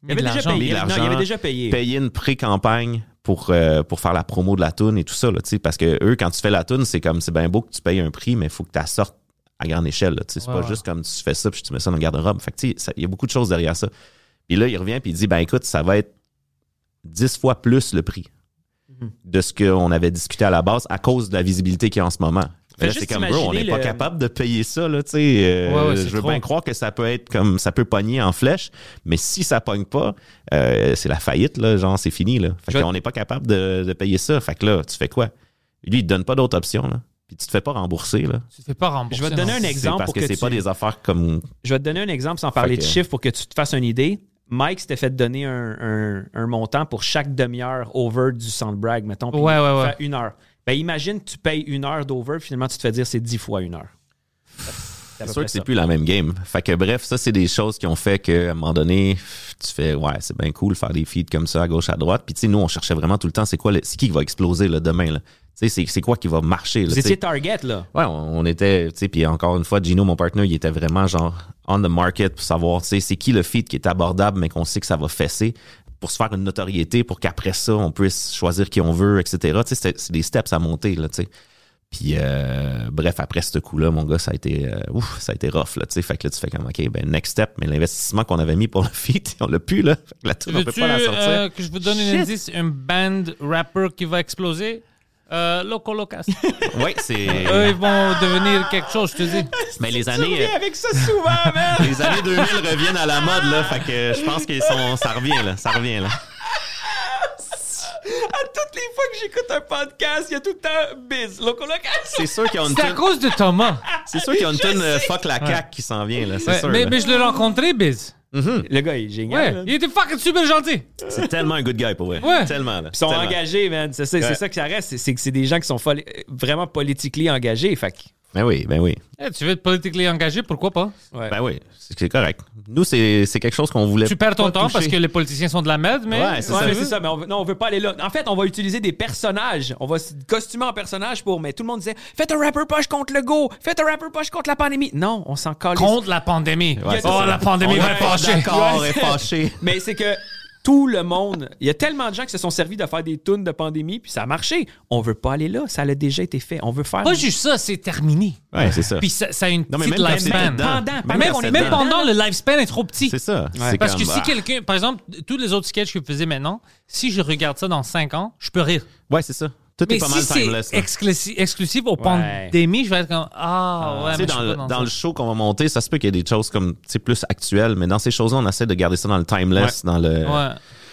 Il avait de déjà l'argent. payé. Mis de Non, il l'argent. avait déjà payé. payer une pré-campagne pour, euh, pour faire la promo de la toune et tout ça. Là, tu sais, parce que eux, quand tu fais la toune, c'est comme c'est bien beau que tu payes un prix, mais il faut que tu la sortes à grande échelle. là, tu sais. C'est Ouais, pas ouais. juste comme tu fais ça puis tu mets ça dans le garde-robe. Fait que, tu sais, ça- Il y a beaucoup de choses derrière ça. Puis là, il revient puis il dit ben écoute, ça va être 10 fois plus le prix Mhm. de ce qu'on avait discuté à la base à cause de la visibilité qu'il y a en ce moment. Fais Là, juste C'est comme, bro, on n'est imaginer pas le- capable de payer ça, là, tu sais. euh, Ouais, ouais, c'est je veux trop. bien croire que ça peut être comme, ça peut pogner en flèche, mais si ça pogne pas, euh, c'est la faillite, là, genre, c'est fini, là. Fait Je- qu'on n'est pas capable de, de payer ça. Fait que là, tu fais quoi? Lui, il te donne pas d'autre option, là. Puis tu te fais pas rembourser, là. Tu te fais pas rembourser. Je vais te donner non. un exemple C'est parce pour que, que c'est tu- pas des affaires comme... Je vais te donner un exemple sans parler Fait de que- chiffres pour que tu te fasses une idée. Mike s'était fait donner un, un- un montant pour chaque demi-heure over du soundbrag, mettons. puis Ouais, ouais, ouais. faire une heure. Ben, imagine que tu payes une heure d'over, puis finalement, tu te fais dire c'est dix fois une heure. C'est à peu sûr près que c'est ça. plus la même game. Fait que bref, ça, c'est des choses qui ont fait qu'à un moment donné, tu fais, ouais, c'est bien cool faire des feeds comme ça à gauche, à droite. Puis tu sais, nous, on cherchait vraiment tout le temps, c'est quoi, le- c'est qui qui va exploser là, demain, là? Tu sais, c'est- c'est quoi qui va marcher, là? Vous tu sais? étiez target, là. Ouais, on, on était, tu sais, puis encore une fois, Gino, mon partenaire, il était vraiment genre on the market pour savoir, tu sais, c'est qui le feed qui est abordable, mais qu'on sait que ça va fesser. pour se faire une notoriété, pour qu'après ça, on puisse choisir qui on veut, etc. Tu sais, c'est- c'est des steps à monter, là, tu sais. Puis, euh, bref, après ce coup-là, mon gars, ça a été, euh, ouf, ça a été rough, là, tu sais. Fait que là, tu fais comme, OK, ben, next step, mais l'investissement qu'on avait mis pour le (laughs) feat, on l'a plus, là. Fait que la tune, on peut Veux-tu pas la sortir. euh, que je vous donne Shit. une indice, un band rapper qui va exploser? Euh, Loco Locas. Oui, (laughs) c'est. Eux, ils vont devenir quelque chose, je te dis. Mais les années, euh, avec ça souvent, man! les années 2000 reviennent à la mode, là. Fait que euh, je pense que sont... ça revient, là. Ça revient, là. À (laughs) toutes les fois que j'écoute un podcast, il y a tout le temps biz. Loco Local. C'est sûr qu'il y a une C'est à tune. cause de Thomas. C'est sûr qu'il y a une Je tune euh, sais. fuck la cac qui s'en vient, là. C'est Ouais, sûr. mais, là. mais je l'ai rencontré, Biz. Le gars, il est Ouais, génial. man. il était fucking super gentil. C'est tellement un good guy pour vrai. Ouais. Tellement, là. Ils sont Tellement. engagés, man. C'est ça, c'est Ouais. ça que ça reste. C'est- C'est que c'est des gens qui sont fol- euh, vraiment politiquement engagés. Fait que- Ben oui, ben oui. Eh, tu veux être politiquement engagé, pourquoi pas? ouais. Ben oui. C'est c'est correct. Nous, c'est c'est quelque chose qu'on voulait. Tu perds ton pas temps toucher. parce que les politiciens sont de la merde, mais. Ouais, c'est Ouais, ça. mais c'est ça, mais on veut, non, on veut pas aller là. En fait, on va utiliser des personnages. On va se costumer en personnage pour. Mais tout le monde disait Faites un rapper poche contre le go, faites un rapper poche contre la pandémie. Non, on s'en colle. Contre la pandémie. Ouais, c'est oh, ça. la pandémie On va est fâcher. D'accord, est fâché. Mais c'est que tout le monde, il y a tellement de gens qui se sont servis de faire des tunes de pandémie, puis ça a marché. On veut pas aller là, ça a déjà été fait. On veut faire. Pas juste ça, c'est terminé. Ouais, c'est ça. Puis ça, ça a une Non, mais petite même quand c'était lifespan. dedans. Pendant, pendant, Même, quand on est c'était même dedans. pendant, le lifespan est trop petit. C'est ça. Ouais. C'est Parce comme, que si ah, quelqu'un, par exemple, tous les autres sketchs que vous faisiez maintenant, si je regarde ça dans 5 ans, je peux rire. Ouais, c'est ça. Tout Mais est pas si mal c'est timeless. là. exclusi- exclusif aux pandémies, je vais être comme Ah, ouais, Tu mais je sais, dans, suis le- pas dans dans ça. le show qu'on va monter, ça se peut qu'il y ait des choses comme tu sais, plus actuelles, mais dans ces choses-là, on essaie de garder ça dans le timeless, dans le. Ouais.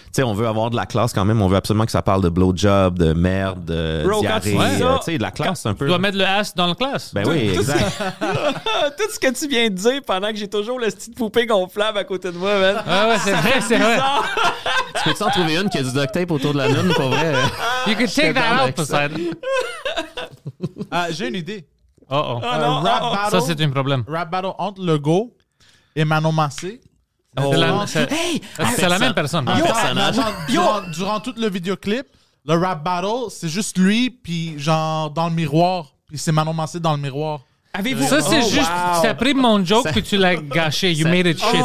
Tu sais, on veut avoir de la classe quand même. On veut absolument que ça parle de blowjob, de merde, de Bro, quand diarrhée, tu dis ça, euh, tu sais, de la classe un Tu peu. dois mettre le S dans le classe. Ben oui, exact. Ah, (laughs) tout ce que tu viens de dire pendant que j'ai toujours la petite poupée gonflable à côté de moi, man. Ah, Ouais, Ah, ouais, c'est vrai, c'est vrai. tu peux-tu en trouver une qui a du duct (laughs) tape autour de la lune pour vrai? You can take d'accord that out, avec ça. Poseidon. Ah, J'ai une idée. Oh, oh. Un rap, battle, Ça, c'est un problème. rap battle entre Lego et Manon Massé. C'est la, Durant- c'est- c'est la même personne. Ah. Attends, personnage. mais attends, Durant, durant tout le vidéoclip, le rap battle, c'est juste lui, puis genre dans le miroir. Puis c'est Manon Massé dans le miroir. Avez-vous. Ça, c'est Oh, juste. wow. T'as pris mon joke puis tu l'as gâché. You made it shit.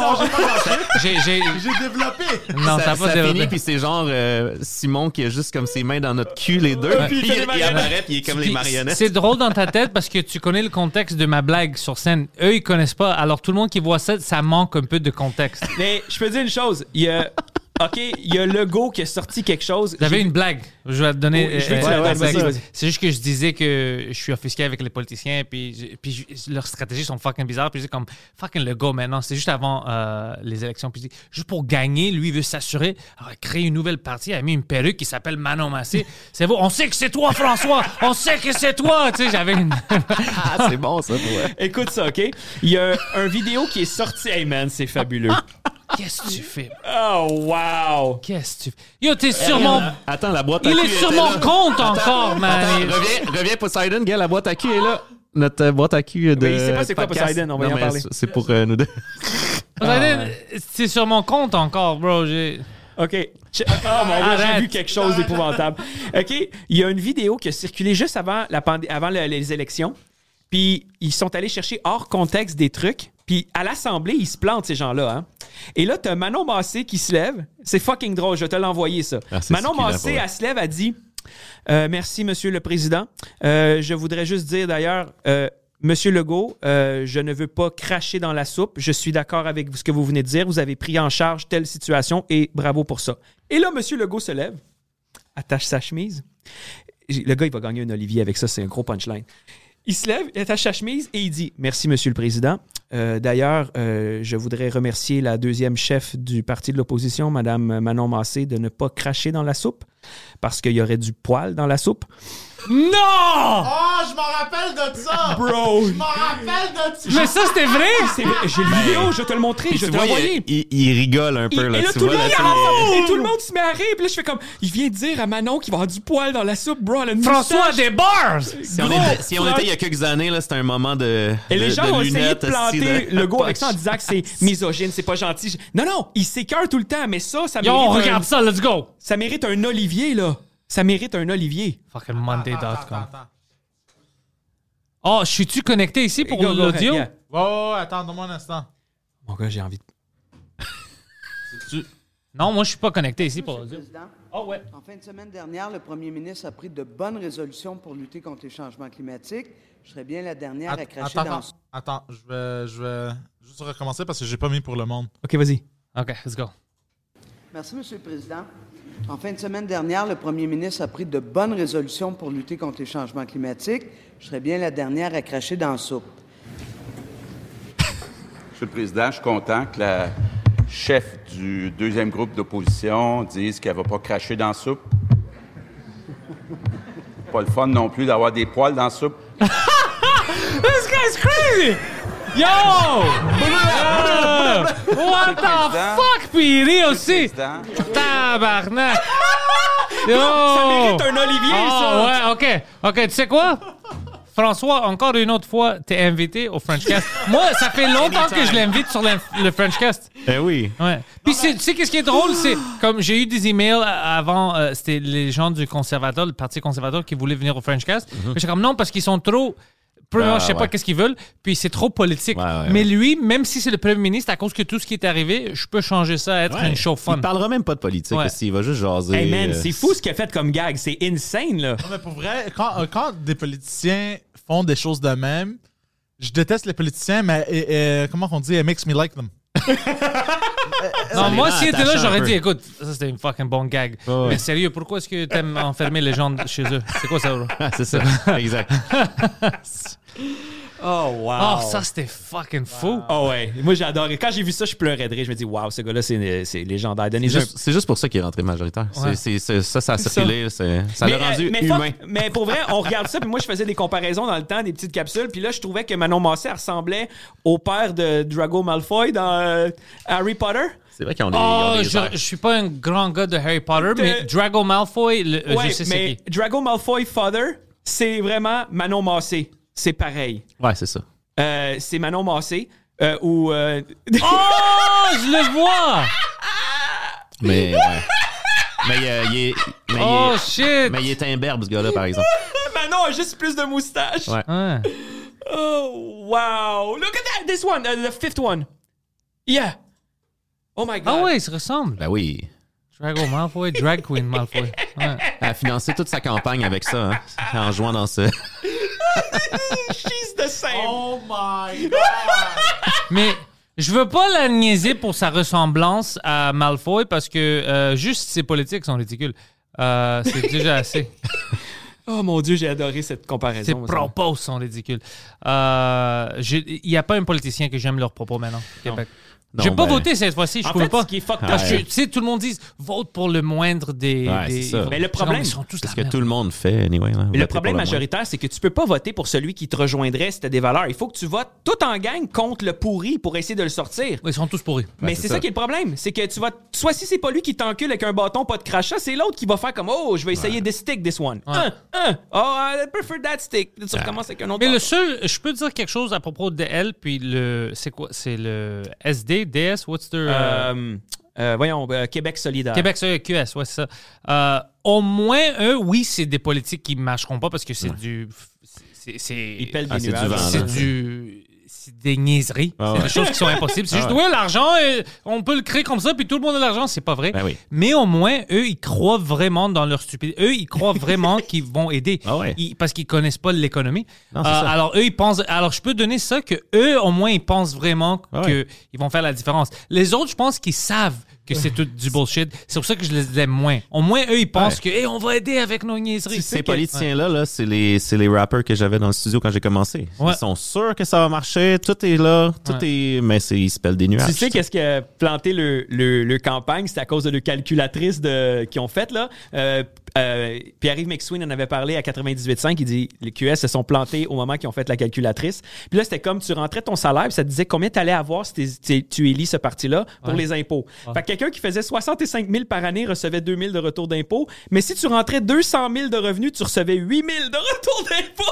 J'ai. j'ai- J'ai développé! Non, t'as pas développé. puis c'est genre euh, Simon qui a juste comme ses mains dans notre cul, les deux. puis il il, il apparaît, puis il est comme les Puis marionnettes. C'est drôle dans ta tête parce que tu connais le contexte de ma blague sur scène. Eux, ils connaissent pas. Alors, tout le monde qui voit ça, ça manque un peu de contexte. Mais je peux dire une chose. Il y a. OK, il y a le go qui a sorti quelque chose. J'avais J'ai- une blague. Je vais te donner. Oui, je veux que tu euh, la euh, donnes, blague. vas-y, vas-y. C'est juste que je disais que je suis offusqué avec les politiciens, puis, je- puis je- leurs stratégies sont fucking bizarres. Puis c'est comme fucking le go maintenant. C'est juste avant euh, les élections. Puis je dis, juste pour gagner, lui, il veut s'assurer. Alors, il a créé une nouvelle partie. Il a mis une perruque qui s'appelle Manon Massé. C'est vous. On sait que c'est toi, François. On sait que c'est toi. Tu sais, j'avais une. (laughs) Ah, c'est bon, ça, pour vrai. Écoute ça, OK? Il y a un vidéo qui est sorti. Hey, man, c'est fabuleux. Qu'est-ce que tu fais? Oh, wow. Qu'est-ce que tu fais? Yo, t'es sur mon. Attends, la boîte à Il cul. est était sur là. mon compte encore, Attends, man. reviens, reviens, Poseidon, gars, la boîte à cul est là. Notre euh, boîte à cul de. Mais il sait pas c'est quoi, podcast. Poseidon, on va y Non, en mais parler. c'est- C'est pour euh, nous deux. C'est sur mon compte encore, bro. J'ai. OK. Je- Oh mon dieu, j'ai Arrête. vu quelque chose d'épouvantable. OK, il y a une vidéo qui a circulé juste avant, la pandé- avant le- les élections. Puis ils sont allés chercher hors contexte des trucs. Puis à l'Assemblée, ils se plantent, ces gens-là. hein. Et là, t'as Manon Massé qui se lève. C'est fucking drôle, je vais te l'envoyer, ça. Ah, c'est Manon ce qu'il a, Massé, pour vrai. elle se lève, elle dit euh, Merci, Monsieur le Président. Euh, je voudrais juste dire d'ailleurs. euh, Monsieur Legault, euh, je ne veux pas cracher dans la soupe. Je suis d'accord avec ce que vous venez de dire. Vous avez pris en charge telle situation et bravo pour ça. Et là, Monsieur Legault se lève, attache sa chemise. Le gars, il va gagner un Olivier avec ça. C'est un gros punchline. Il se lève, il attache sa chemise et il dit Merci, Monsieur le Président. Euh, D'ailleurs, euh, je voudrais remercier la deuxième chef du parti de l'opposition, Madame Manon Massé, de ne pas cracher dans la soupe parce qu'il y aurait du poil dans la soupe. Non! Oh, je m'en rappelle de ça! Bro! Je m'en rappelle de ça! Mais ça, c'était vrai? C'est vrai, J'ai le vidéo, je vais te le montrer, je Tu vais te vois, l'envoyer. il, il- il rigole un Il- peu, là. et là, tu tout, vois, le monde, là, il y a- et tout le monde se met à rire. Puis là, je fais comme, il vient de dire à Manon qu'il va avoir du poil dans la soupe, bro. Elle a une François moustache. des bars! Si on, Gros était, si on flash. était il y a quelques années, là, c'était un moment de. Et les de- gens ont essayé de lunettes, aussi, planter de- le go avec ça en disant que c'est misogyne, c'est pas gentil. Je- Non, non, il s'écœure tout le temps, mais ça, ça Yo, mérite, on un- regarde ça, let's go! ça mérite un Olivier, là. Ça mérite un Olivier. Fucking Monday.com. Oh, suis-tu connecté ici pour Go, go, l'audio? yeah. Ouais, ouais, ouais, attends, donne-moi un instant. Mon gars, j'ai envie de. Non, moi, je suis pas connecté ici pour le dire. Ah ouais. En fin de semaine dernière, le premier ministre a pris de bonnes résolutions pour lutter contre les changements climatiques. Je serais bien la dernière à cracher dans Attends, attends, je vais, je vais juste recommencer parce que j'ai pas mis pour le monde. OK, vas-y. OK, let's go. Merci, Monsieur le Président. En fin de semaine dernière, le premier ministre a pris de bonnes résolutions pour lutter contre les changements climatiques. Je serais bien la dernière à cracher dans la soupe. Monsieur le Président, je suis content que la chef du deuxième groupe d'opposition dise qu'elle ne va pas cracher dans la soupe. pas le fun non plus d'avoir des poils dans la soupe. This guy's crazy! Yo! Yeah! What the Président. fuck, puis il est aussi! Président. (laughs) Tabarnak! Yo! Ça mérite un Olivier, ça! ouais, OK. OK, tu sais quoi? François, encore une autre fois, t'es invité au Frenchcast. Moi, ça fait longtemps que je l'invite sur l'inf- le Frenchcast. Eh oui. Ouais. Puis c'est- tu sais qu'est-ce qui est drôle, c'est comme j'ai eu des emails euh, avant, euh, c'était les gens du conservateur, le parti conservateur qui voulaient venir au Frenchcast. Mais J'étais comme non parce qu'ils sont trop. Premièrement, Mhm. Ah, je sais pas ouais. qu'est-ce qu'ils veulent, puis c'est trop politique. Ouais, ouais, Mais ouais. lui, même si c'est le premier ministre, à cause que tout ce qui est arrivé, je peux changer ça à être Ouais. une show fun. Il parlera même pas de politique. Ouais. parce qu'il va juste jaser. Hey man, euh, c'est fou ce qu'il a fait comme gag. C'est insane, là. Non, mais pour vrai, quand, euh, quand des politiciens font des choses de même, je déteste les politiciens, mais euh, euh, comment on dit, it makes me like them. Non, moi, rend si était là, attachants un j'aurais peu. dit, écoute, ça c'était une fucking bonne gag. ouais. Mais sérieux, pourquoi est-ce que t'aimes enfermer les gens de- chez eux C'est quoi ça, (laughs) bro (laughs) Ah, c'est ça. (laughs) exact. Oh, wow. Ah, Oh, ça c'était fucking fou. Oh ouais, moi j'ai adoré. Quand j'ai vu ça, je pleurais de rire. Je me dis, waouh, ce gars-là, c'est c'est légendaire. Donnez C'est juste- C'est juste pour ça qu'il est rentré majoritaire. C'est- Ouais. c'est- c'est- ça, ça a circulé. c'est- Ça l'a euh, rendu mais fuck, humain. mais pour vrai, on regarde ça. Puis moi, je faisais des comparaisons dans le temps, des petites capsules. Puis là, je trouvais que Manon Massé elle ressemblait au père de Drago Malfoy dans euh, Harry Potter. C'est vrai qu'on est. Oh, on est je, je suis pas un grand gars de Harry Potter, mais Drago Malfoy, le- euh, ouais, je sais c'est mais qui. Drago Malfoy Father, c'est vraiment Manon Massé. C'est pareil. Ouais, c'est ça. Euh, c'est Manon Massé. euh, ou. euh, (laughs) Oh, je le vois! Mais. ouais. Mais euh, il est. Mais, Oh, il est- shit! mais il est imberbe, ce gars-là, par exemple. Manon a juste plus de moustache. Ouais. Ah, Ouais. Oh, wow. Look at that. This one, uh, the fifth one. Yeah. Oh my God. Ah ouais, ils se ressemblent. Ben oui. Drago Malfoy, Drag Queen Malfoy. Ouais. Elle a financé toute sa campagne avec ça, hein, en jouant dans ce. (laughs) She's the same. Oh (laughs) my Mais je veux pas la niaiser pour sa ressemblance à Malfoy parce que euh, juste ses politiques sont ridicules. Euh, c'est déjà assez. Oh mon Dieu, j'ai adoré cette comparaison. Ses moi, ça. propos sont ridicules. Euh, je- Il n'y a pas un politicien que j'aime leurs propos maintenant au Québec. (laughs) Non, J'ai pas ben- voté cette fois-ci, je En pouvais fait, pas. Ah, ce qui est fucked Parce que, Ah Ouais. tu sais, tout le monde dit vote pour le moindre des. Ouais, des- c'est ça. Mais Ils le sont- problème, ils sont tous C'est ce la que merde. tout le monde fait, anyway. hein. là. Mais Voter le pour problème moins. majoritaire, c'est que tu peux pas voter pour celui qui te rejoindrait si t'as des valeurs. Il faut que tu votes tout en gang contre le pourri pour essayer de le sortir. Ouais, Ils sont tous pourris. Mais c'est c'est ça. ça. qui est le problème. C'est que tu vas. Soit si c'est pas lui qui t'encule avec un bâton, pas de crachat, c'est l'autre qui va faire comme Oh, je vais essayer de stick this one. Un, un. Oh, I prefer that stick. Tu recommences avec un autre. Ah. Mais le bâton. seul, je peux dire quelque chose à propos de elle, puis le. C'est quoi C'est le SD, DS, what's their. euh, Euh, euh, voyons, euh, Québec solidaire. Québec, c'est QS, ouais, c'est ça. Euh, au moins, eux, oui, c'est des politiques qui ne marcheront pas parce que c'est du. c'est- C'est. Ils pèlent Ah, des c'est du nuages. vent, là. C'est du. C'est des niaiseries. Ah c'est ouais. Ah des choses qui sont impossibles. C'est juste, ouais, l'argent, euh, on peut le créer comme ça, puis tout le monde a l'argent. C'est pas vrai. Ben oui. Mais au moins, eux, ils croient vraiment dans leur stupidité. Eux, ils (laughs) croient vraiment qu'ils vont aider. Ah ouais. Ils- parce qu'ils connaissent pas l'économie. Euh, Non, c'est ça. alors, eux, ils pensent. Alors, je peux donner ça que eux, au moins, ils pensent vraiment Ah que ouais. ils vont faire la différence. Les autres, je pense qu'ils savent que c'est tout du bullshit. C'est pour ça que je les aime moins. Au moins, eux, ils pensent que, hey, on va aider avec nos niaiseries. Ces politiciens-là, là, c'est les, c'est les rappers que j'avais dans le studio quand j'ai commencé. Ouais. Ils sont sûrs que ça va marcher, tout est là, tout est. Mais c'est, ils se pèlent des nuages. Tu sais qu'est-ce que planter le, le, le campagne, c'est à cause de leur calculatrice de, qu'ils ont faite, là. Euh, euh, Pierre-Yves McSween en avait parlé à 98.5, il dit les QS se sont plantés au moment qu'ils ont fait la calculatrice. Puis là, c'était comme tu rentrais ton salaire, puis ça te disait combien t'allais avoir si t'es- t'es- tu élis ce parti-là pour les impôts. Fait que quelqu'un qui faisait 65 000 par année recevait 2 000 de retour d'impôts, mais si tu rentrais 200 000 de revenus, tu recevais 8 000 de retour d'impôts.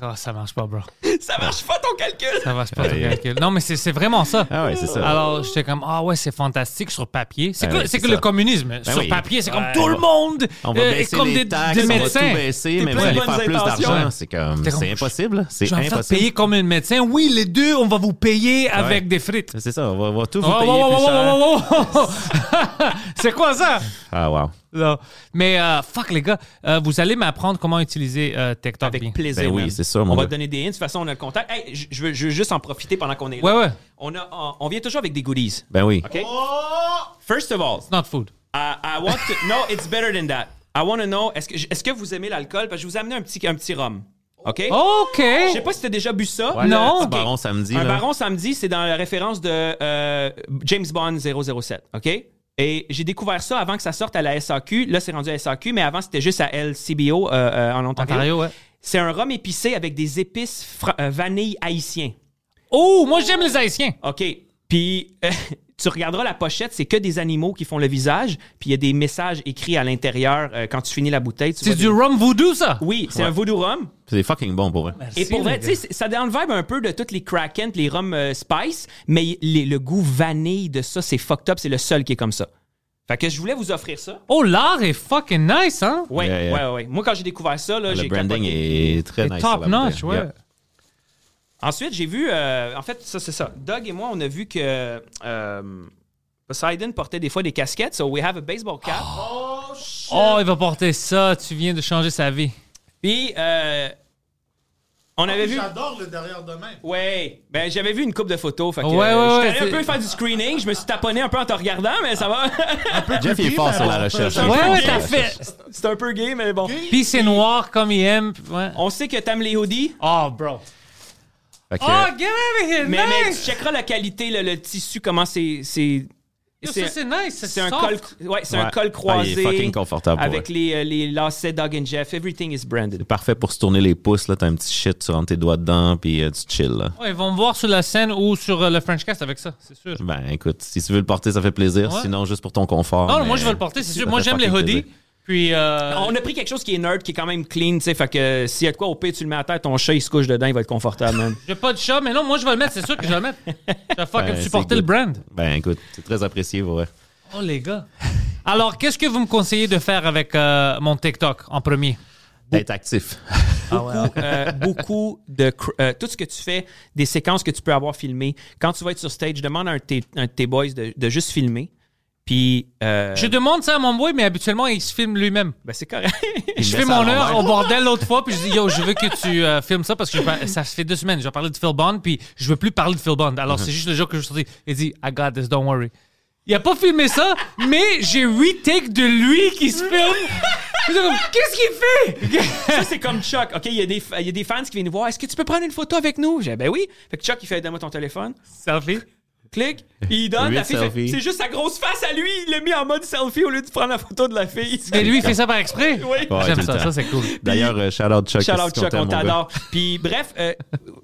Ah, ça marche pas, bro. (laughs) Ça marche pas ton calcul! Ça va se passer. Aïe, aïe. calcul. Non, mais c'est c'est vraiment ça. Ah ouais, c'est ça. Alors, j'étais comme, ah ouais, c'est fantastique sur papier. C'est Ben que, oui, c'est c'est que le ça. Ben communisme, sur oui. papier, c'est comme Ouais, tout on le va- monde On va euh, baisser comme les des, taxes, des on médecins. va tout baisser, plein mais vous de allez bonnes faire plus intentions. d'argent. C'est comme, T'es comme, c'est impossible. Je C'est vais me faire impossible. payer comme un médecin. Oui, les deux, on va vous payer avec des frites. C'est ça, on va, on va tout vous Oh, payer wow, wow, plus wow, cher. wow, wow, wow. (laughs) c'est quoi ça? Ah, wow. Non. Mais euh, fuck, les gars, euh, vous allez m'apprendre comment utiliser euh, TikTok. bien. Avec plaisir. Ben oui, man. c'est ça, mon On va gars. te donner des hints. De toute façon, on a le contact. Hey, je- je veux, je veux juste en profiter pendant qu'on est là. Ouais, ouais. On, a, on, on vient toujours avec des goodies. Ben oui. OK? First of all, Not food. I, I want to. No, (laughs) it's better than that. I want to know, est-ce que, est-ce que vous aimez l'alcool? Parce que je vous ai amené un petit, un petit rhum. OK? OK. Je sais pas si t'as déjà bu ça. Ouais, Oh! Non. le petit Ok. baron samedi, Un là. baron samedi, c'est dans la référence de euh, James Bond 007, OK? Et j'ai découvert ça avant que ça sorte à la SAQ. Là, c'est rendu à SAQ, mais avant, c'était juste à LCBO euh, euh, en Ontario. Ontario, ouais. C'est un rhum épicé avec des épices fra- euh, vanille haïtien. Oh, moi, j'aime les Haïtiens. OK. Puis euh, (laughs) tu regarderas la pochette, c'est que des animaux qui font le visage, puis il y a des messages écrits à l'intérieur euh, quand tu finis la bouteille. tu C'est vois du des- rum voodoo, ça? Oui, c'est un voodoo rhum. C'est fucking bon pour vrai. Et pour vrai, tu sais, c'est- ça donne le vibe un peu de toutes les Kraken, puis les rums euh, spice, mais y- les- le goût vanille de ça, c'est fucked up, c'est le seul qui est comme ça. Fait que je voulais vous offrir ça. Oh, l'art est fucking nice, hein? Ouais, Yeah, yeah. Ah, ouais, ouais, ouais. Moi, quand j'ai découvert ça, là, Le j'ai branding capoté. est très C'est nice. sur top la notch, bouteille. ouais. Yep. Ensuite, j'ai vu. euh, en fait, ça, c'est ça. Doug et moi, on a vu que euh, Poseidon portait des fois des casquettes. So we have a baseball cap. Oh, il va porter ça. Tu viens de changer sa vie. Puis, euh, on avait vu. J'adore le derrière de main. Ouais. Ben, j'avais vu une coupe de photos. Fait que, Ouais, euh, ouais, j'étais ouais, allé un peu c'est- faire du screening. Je me suis taponné un peu en te regardant, mais ça va. (laughs) Jeff il est fort sur la recherche. Ouais, Il est fort ben Ouais, ouais, sur la t'as recherche. fait. c'est un peu gay, mais bon. Puis c'est noir comme il aime. puis Ouais. On sait que t'aimes les hoodies, Oh, bro. Fait que- Oh, get out of here. mais, mais tu nice. checkeras la qualité, le, le tissu, comment c'est. c'est- Yo, ça, c'est nice. C'est un, soft. col, ouais, c'est un Ouais. col croisé. Ah, il est fucking confortable, Avec ouais. les, euh, les lacets Doug and Jeff. Everything is branded. C'est parfait pour se tourner les pouces. là. T'as un petit shit, tu rentres tes doigts dedans, puis euh, tu chill. Là. Ouais, ils vont me voir sur la scène ou sur euh, le Frenchcast avec ça, c'est sûr. Ben écoute, si tu veux le porter, ça fait plaisir. Ouais. Sinon, juste pour ton confort. Non, mais moi, je vais le porter, c'est sûr. ça Moi, fait j'aime les fucking hoodies. plaisir. Puis, euh, On a pris quelque chose qui est nerd, qui est quand même clean, tu sais. Fait que s'il y a de quoi au pire, tu le mets à terre, ton chat, il se couche dedans, il va être confortable, man. j'ai pas de chat, mais non, moi, je vais le mettre, c'est sûr que je vais le mettre. Je vais fucking Ben, c'est supporter le good. brand. Ben écoute, c'est très apprécié, ouais. Oh, les gars. Alors, qu'est-ce que vous me conseillez de faire avec euh, mon TikTok en premier? D'être actif. Euh, beaucoup de. cr- euh, tout ce que tu fais, des séquences que tu peux avoir filmées. Quand tu vas être sur stage, demande à un de tes, un de tes boys de, de juste filmer. Puis. euh, Je demande ça à mon boy, mais habituellement, il se filme lui-même. ben, c'est correct. (laughs) (laughs) Je fais mon heure au bordel l'autre fois, puis je dis, yo, je veux que tu euh, filmes ça parce que je par- ça fait deux semaines, je vais parler de Phil Bond, puis je veux plus parler de Phil Bond. Mhm. Alors, c'est juste le jour que je suis sorti. Il dit, I got this, don't worry. Il a pas filmé ça, mais j'ai huit takes de lui qui se filme. Je suis comme, Qu'est-ce qu'il fait? Ça, c'est comme Chuck. OK, il y, a des- il y a des fans qui viennent nous voir. Est-ce que tu peux prendre une photo avec nous? J'ai dit, ben oui. Fait que Chuck, il fait Donne-moi ton téléphone. Selfie. Clique. Il donne. Huit La fille fait- selfies. C'est juste sa grosse face à lui. Il l'a mis en mode selfie au lieu de prendre la photo de la fille. Et lui, il fait ça par exprès. Oui. Ouais, tout J'aime le ça, temps. ça c'est cool. D'ailleurs, euh, shout out Chuck. Shout si out tu Chuck, m'entends, on mon gars. t'adore. Puis bref, euh,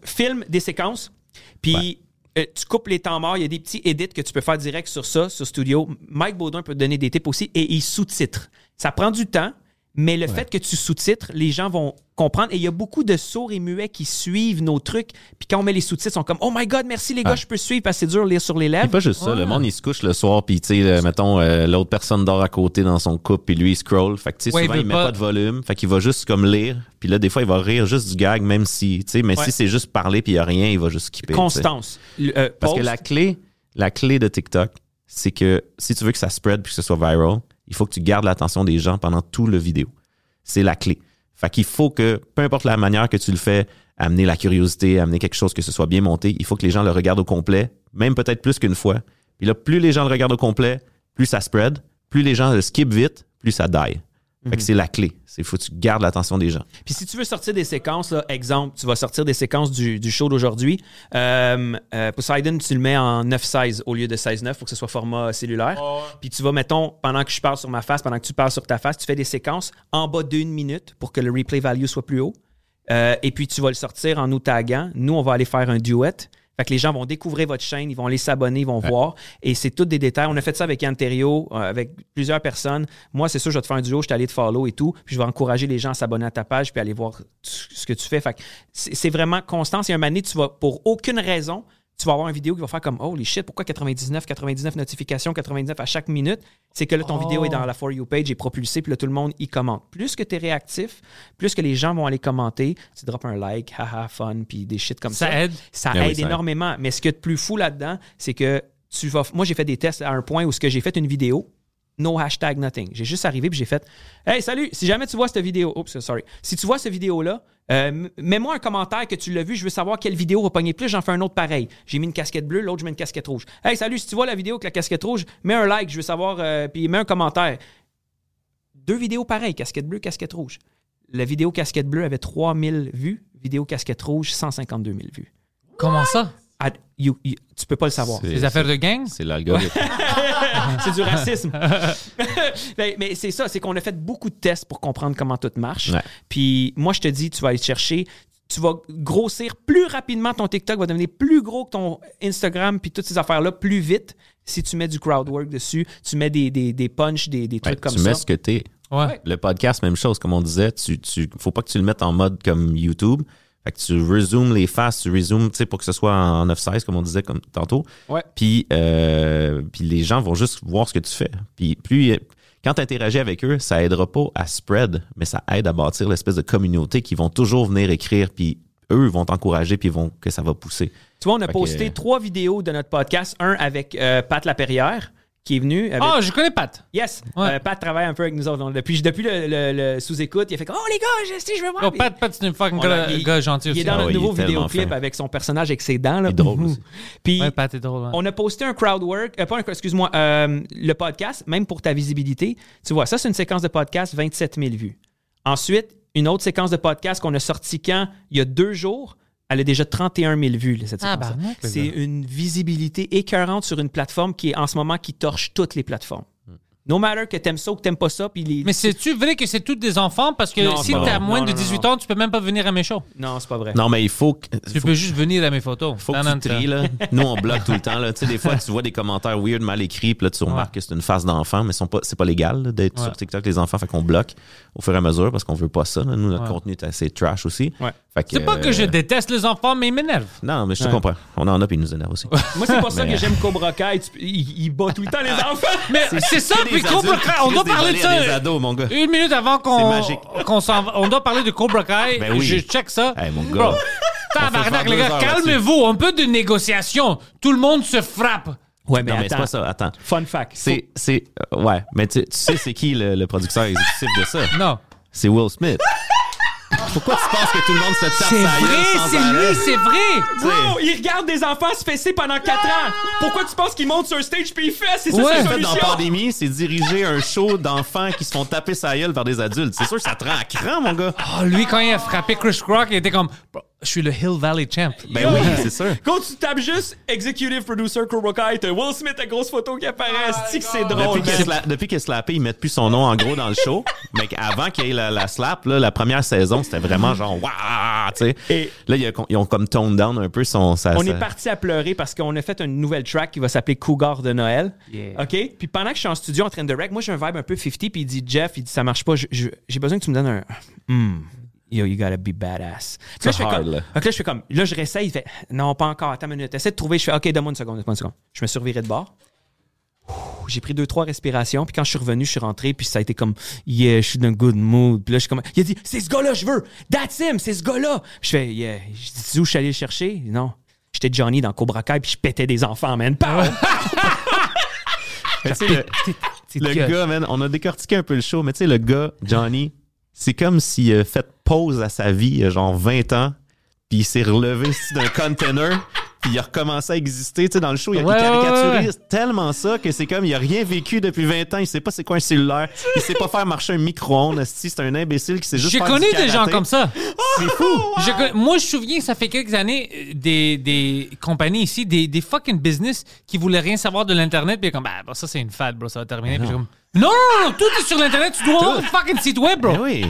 filme des séquences. Puis euh, tu coupes les temps morts. Il y a des petits edits que tu peux faire direct sur ça, sur Studio. Mike Baudin peut te donner des tips aussi et il sous-titre. Ça prend du temps, mais le fait que tu sous-titres, les gens vont comprendre. Et il y a beaucoup de sourds et muets qui suivent nos trucs. Puis quand on met les sous-titres, ils sont comme Oh my God, merci les gars, je peux suivre parce que c'est dur de lire sur les Puis lèvres. pas juste ça, le monde il se couche le soir, puis tu sais, euh, mettons, euh, l'autre personne dort à côté dans son couple, puis lui il scroll. Fait que tu sais, Ouais, il souvent veut il met pas- pas de volume, fait qu'il va juste comme lire, puis là, des fois, il va rire juste du gag, même si, tu sais, mais Ouais. si c'est juste parler, puis il y a rien, il va juste skipper. tu sais. Constance. Le, euh, Parce que post. la clé, la clé de TikTok, c'est que si tu veux que ça spread puis que ce soit viral, il faut que tu gardes l'attention des gens pendant tout le vidéo. C'est la clé. Fait qu'il faut que, peu importe la manière que tu le fais, amener la curiosité, amener quelque chose que ce soit bien monté, il faut que les gens le regardent au complet, même peut-être plus qu'une fois. Puis là, plus les gens le regardent au complet, plus ça spread, plus les gens le skip vite, plus ça die. Mhm. Fait que c'est la clé. Il faut que tu gardes l'attention des gens. Puis si tu veux sortir des séquences, là, exemple, tu vas sortir des séquences du, du show d'aujourd'hui. Euh, euh, Poseidon, tu le mets en 9-16 au lieu de 16-9 pour que ce soit format cellulaire. Puis tu vas, mettons, pendant que je parle sur ma face, pendant que tu parles sur ta face, tu fais des séquences en bas d'une minute pour que le replay value soit plus haut. Euh, et puis tu vas le sortir en nous taguant. Nous, on va aller faire un duet. Fait que les gens vont découvrir votre chaîne, ils vont aller s'abonner, ils vont voir. Et c'est tous des détails. On a fait ça avec Yann Terrio, euh, avec plusieurs personnes. Moi, c'est sûr, je vais te faire un duo, je t'allais te follow et tout. Puis je vais encourager les gens à s'abonner à ta page puis aller voir tu- ce que tu fais. Fait que c'est c'est vraiment constant. C'est un moment donné, tu vas, pour aucune raison, tu vas avoir une vidéo qui va faire comme Oh les shit, pourquoi 99, 99 notifications, 99 à chaque minute? C'est que là, ton vidéo est Oh. dans la For You page, est propulsée, puis là, tout le monde y commente. Plus que tu es réactif, plus que les gens vont aller commenter, tu drops un like, haha, fun, puis des shit comme ça. Ça aide. Ça Ah oui, aide ça aide. énormément. Mais ce qui est de plus fou là-dedans, c'est que tu vas. Moi, j'ai fait des tests à un point où ce que j'ai fait une vidéo, no hashtag nothing. J'ai juste arrivé puis j'ai fait Hey, salut, si jamais tu vois cette vidéo, oups, sorry. Si tu vois cette vidéo-là, euh, m- mets-moi un commentaire que tu l'as vu, je veux savoir quelle vidéo va pogner plus, j'en fais un autre pareil. J'ai mis une casquette bleue, l'autre, je mets une casquette rouge. Hey, salut, si tu vois la vidéo avec la casquette rouge, mets un like, je veux savoir, euh, puis mets un commentaire. Deux vidéos pareilles, casquette bleue, casquette rouge. La vidéo casquette bleue avait 3000 vues, vidéo casquette rouge, 152 000 vues. Comment ça? Ah, you- you- tu peux pas le savoir. C'est- Les affaires de gang? C'est l'algorithme. (laughs) C'est du (laughs) racisme. (laughs) mais mais c'est ça, c'est qu'on a fait beaucoup de tests pour comprendre comment tout marche. Ouais. Puis moi, je te dis, tu vas aller te chercher. Tu vas grossir plus rapidement, ton TikTok va devenir plus gros que ton Instagram, puis toutes ces affaires-là, plus vite si tu mets du crowdwork dessus, tu mets des, des, des punchs, des, des trucs Ouais, comme tu ça. mets ce que t'es. Ouais. Le podcast, même chose, comme on disait, tu, tu, faut pas que tu le mettes en mode comme YouTube. Fait que tu resumes les faces, tu resumes, tu sais, pour que ce soit en 9-16, comme on disait comme tantôt. Ouais. Puis, euh, puis les gens vont juste voir ce que tu fais. Puis plus, quand tu interagis avec eux, ça aidera pas à spread, mais ça aide à bâtir l'espèce de communauté qui vont toujours venir écrire, puis eux vont t'encourager, puis vont que ça va pousser. Tu vois, on a Fait que- posté trois vidéos de notre podcast, un avec euh, Pat Laperrière, qui est venu. avec- Ah, je connais Pat. Yes, Ouais. Euh, Pat travaille un peu avec nous autres. Donc, depuis depuis le, le- le sous-écoute, il a fait comme, Oh les gars, je, si, je veux voir. Oh, Pat, Pat, c'est un fucking On gars, l'a- il- gars gentil Il aussi. est dans Ah notre ouais, il est nouveau tellement vidéoclip fin. avec son personnage avec ses dents. Là. Il est drôle aussi. Puis, Ouais, Pat est drôle. ouais. on a posté un crowdwork, euh, pas un, excuse-moi, euh, le podcast, même pour ta visibilité. Tu vois, ça, c'est une séquence de podcast, 27 000 vues. Ensuite, une autre séquence de podcast qu'on a sortie quand? Il y a deux jours. Elle a déjà 31 000 vues, là, cette Ah, séquence-là. barnac, le C'est gars. une visibilité écœurante sur une plateforme qui est en ce moment qui torche toutes les plateformes. No matter que t'aimes ça ou que t'aimes pas ça, puis les... Mais c'est-tu vrai que c'est tous des enfants? Parce que Non, si non, t'as non, moins non, de non, 18 non. ans, tu peux même pas venir à mes shows. Non, c'est pas vrai. Non, mais il faut que. Tu faut- peux juste venir à mes photos. faut Non, que non, tu t'as- tries, là. Nous, on bloque tout le temps, là. Tu sais, des fois, tu vois des commentaires weird, mal écrits, puis là, tu remarques que c'est une face d'enfant, mais sont pas- c'est pas légal là, d'être Ouais. sur TikTok, les enfants. Fait qu'on bloque au fur et à mesure parce qu'on veut pas ça. là. Nous, notre contenu est assez trash aussi. Ouais. Fait que, C'est pas que euh, je déteste les enfants, mais ils m'énervent. Non, mais je te comprends. On en a, puis ils nous énervent aussi. Moi, c'est pour ça Mais- que j'aime Cobra Kai. Tu- Il, il bat tout le temps les enfants. (laughs) Mais c'est ça, puis Cobra Kai, on doit parler de des ça. ados, mon gars. Une minute avant C'est qu'on magique. qu'on s'en va- on doit parler de Cobra Kai. Ben oui. Je check ça. Hey, mon Bro, gars. Tabarnak, faire les deux gars, heures là-dessus. calmez-vous. Un peu de négociation. Tout le monde se frappe. Ouais, mais, Non, mais c'est attends. pas ça. Attends. Fun fact. C'est. c'est- euh, ouais, mais tu, tu sais, c'est qui le, le producteur exécutif de ça? Non. C'est Will Smith. Pourquoi tu penses que tout le monde se tape C'est sa gueule vrai, sans c'est arrêt? lui, c'est vrai. Tu sais. Bro, il regarde des enfants se fesser pendant 4 ans. Pourquoi tu penses qu'il monte sur un stage puis il fait? C'est ça Ouais. sa fait dans solution. pandémie, c'est diriger un show d'enfants qui se font taper sa gueule par des adultes. C'est sûr que ça te rend à cran, mon gars. Oh, lui, quand il a frappé Chris Rock, il était comme Bro, Je suis le Hill Valley champ. Ben oui, c'est sûr. Quand tu tapes juste Executive Producer Cobra Kai, t'as Will Smith, ta grosse photo qui apparaît. C'est que c'est drôle. Depuis que, man. Sla- depuis que Slappé, ils mettent plus son nom en gros dans le show. Mais avant qu'il y ait la, la slap, là, la première saison, c'était vraiment genre waouh, tu sais. Et- Là, ils ont, ils ont comme toned down un peu son. sa- On sa- est parti à pleurer parce qu'on a fait une nouvelle track qui va s'appeler Cougar de Noël. OK? Puis pendant que je suis en studio en train de rec, moi j'ai un vibe un peu 50 puis il dit Jeff, il dit ça marche pas, je- je- j'ai besoin que tu me donnes un Hmm. Yo, you gotta be badass. Puis Là, je fais hard, comme, là. Fait que là, je fais comme, là, je réessaye, il fait, non, pas encore, attends une minute, essaie de trouver, je fais, ok, donne-moi une seconde, donne-moi une seconde. Je me surveillerai de bord. Ouh, J'ai pris deux, trois respirations, puis quand je suis revenu, je suis rentré, puis ça a été comme, yeah, je suis d'un good mood. Puis là, je suis comme, il a dit, c'est ce gars-là, je veux, that's him, c'est ce gars-là. Je fais, yeah, je dis, Tu sais où je suis allé le chercher? Non. J'étais Johnny dans Cobra Kai, puis je pétais des enfants, man. Pow! (laughs) Mais tu sais, le- le gars, man, on a décortiqué un peu le show, mais tu sais, le gars, Johnny, c'est comme s'il a fait pause à sa vie, il y a genre 20 ans, puis il s'est relevé (laughs) ici d'un container, puis il a recommencé à exister. Tu sais, dans le show, il, a- il Ouais, caricaturise ouais, tellement ça que c'est comme il a rien vécu depuis 20 ans, il sait pas c'est quoi un cellulaire, il sait pas faire marcher un micro-ondes, esti, c'est un imbécile qui sait juste J'ai faire connu du des gens karaté. comme ça. C'est fou! (laughs) Je con- moi, je me souviens, ça fait quelques années, euh, des, des compagnies ici, des, des fucking business qui voulaient rien savoir de l'Internet. Puis comme, bah, bon, Ben ça, c'est une fad, bro, ça va terminer. Puis j'ai comme, non, non, non, non, tout est sur l'Internet, tu dois avoir un fucking site web, bro. Ben oui.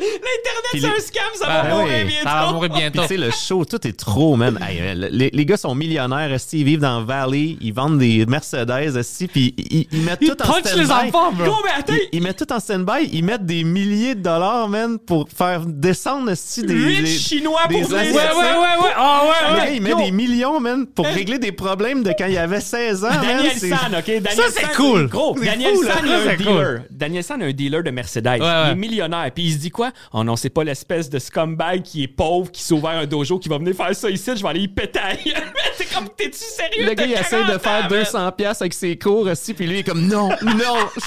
L'Internet, Puis c'est les- un scam, ça Ben va oui, mourir Ça va bientôt. mourir Puis bientôt. tu sais, le show, tout est trop, man. Hey, euh, les, les gars sont millionnaires, esti, ils vivent dans Valley, ils vendent des Mercedes, esti, puis ils, ils- ils mettent Ils tout en punchent les stand-by. enfants, bro. Gros, mais attends, Ils, ils mettent tout en stand-by, ils mettent des milliers de dollars, man, pour faire descendre, esti, des... Huit des- Chinois des pour les Asiatiques. Ouais, ouais, ouais, ouais. Ah, Le ouais, gars, ouais. il met Yo. des millions, man, pour régler des problèmes de quand il avait 16 ans, man. Daniel c'est- hein? San, OK? Daniel Ah, Ça, c'est San, cool. Gros, C'est Daniel cool, San, ça, il a un c'est dealer. cool. Daniel San a un dealer de Mercedes. Il ouais. est millionnaire. Puis il se dit quoi? Oh non, c'est pas l'espèce de scumbag qui est pauvre, qui s'est ouvert un dojo, qui va venir faire ça ici. Je vais aller y péter. à la (laughs) gueule. c'est comme, t'es-tu sérieux? Le gars, T'as il essaie de 40 ans, faire man. 200 pièces avec ses cours aussi, puis lui, il est comme non, non, je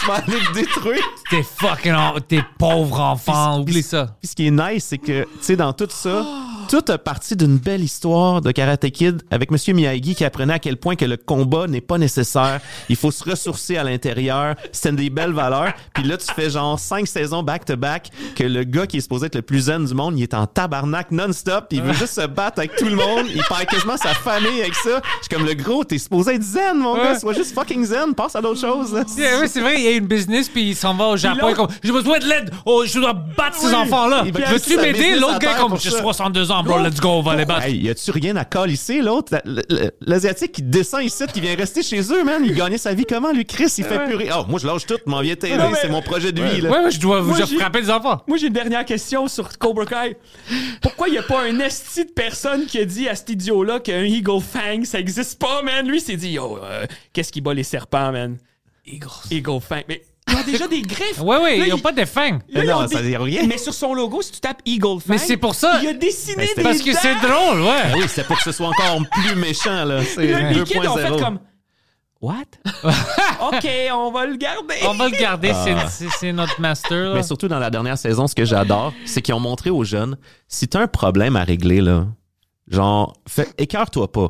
vais aller le détruire. T'es fucking... en- T'es pauvre enfant. Oublie ça. Puis ce qui est nice, c'est que, tu sais, dans tout ça, tout a parti d'une belle histoire de Karate Kid avec Monsieur Miyagi qui apprenait à quel point que le combat n'est pas nécessaire. Il faut se ressourcer à l'intérieur. C'était des belles valeurs. Puis là, tu fais genre cinq saisons back-to-back que le gars qui est supposé être le plus zen du monde, il est en tabarnak non-stop. Il veut juste se battre avec tout le monde. Il perd quasiment sa famille avec ça. Je suis comme le gros, t'es supposé être zen, mon gars. Sois juste fucking zen. Passe à d'autres choses. là. Yeah, oui, c'est vrai, il y a une business, puis il s'en va au Japon. il est comme, j'ai besoin de l'aide. Oh, je dois battre ces enfants-là. Il va Veux-tu crisser sa m'aider? business L'autre à gars est terre comme, pour j'ai ça. 62 ans, bro, let's go, on va les battre. Hey, y a-tu rien à coller ici, l'autre? La- la- L'Asiatique qui descend ici, qui vient rester chez eux, man. Il gagnait sa vie comment, lui, Chris? Eh Il fait purée. Oh, moi, je lâche tout, m'en viens t'aider. mais- C'est mon projet de vie, là. Ouais, ouais, je dois vous Moi, j'ai- frapper les enfants. Moi, j'ai une dernière question sur Cobra Kai. Pourquoi il n'y a pas un esti de personne qui a dit à cet idiot-là qu'un Eagle Fang, ça existe pas, man? Lui, s'est dit, yo, euh, qu'est-ce qui bat les serpents, man? Eagle. Eagle Fang. Mais ils ont déjà des griffes. Ouais, ouais, Là, ils ont il- pas des fangs. là, Mais ils ont non, ça dit rien. Mais sur son logo, si tu tapes Eagle Fang. Mais c'est pour ça- Il a dessiné Mais des c'était- Parce que dents. c'est drôle, Ah ouais. oui, c'est pour que ce soit encore plus méchant, là. C'est Là, Les kids ont fait 2.0. comme. What? OK, on va le garder. Oh, On va le garder, c'est- c'est c'est notre master. là. Ah. Mais surtout dans la dernière saison, ce que j'adore, c'est qu'ils ont montré aux jeunes, si t'as un problème à régler, là, genre, fais- écarte-toi pas.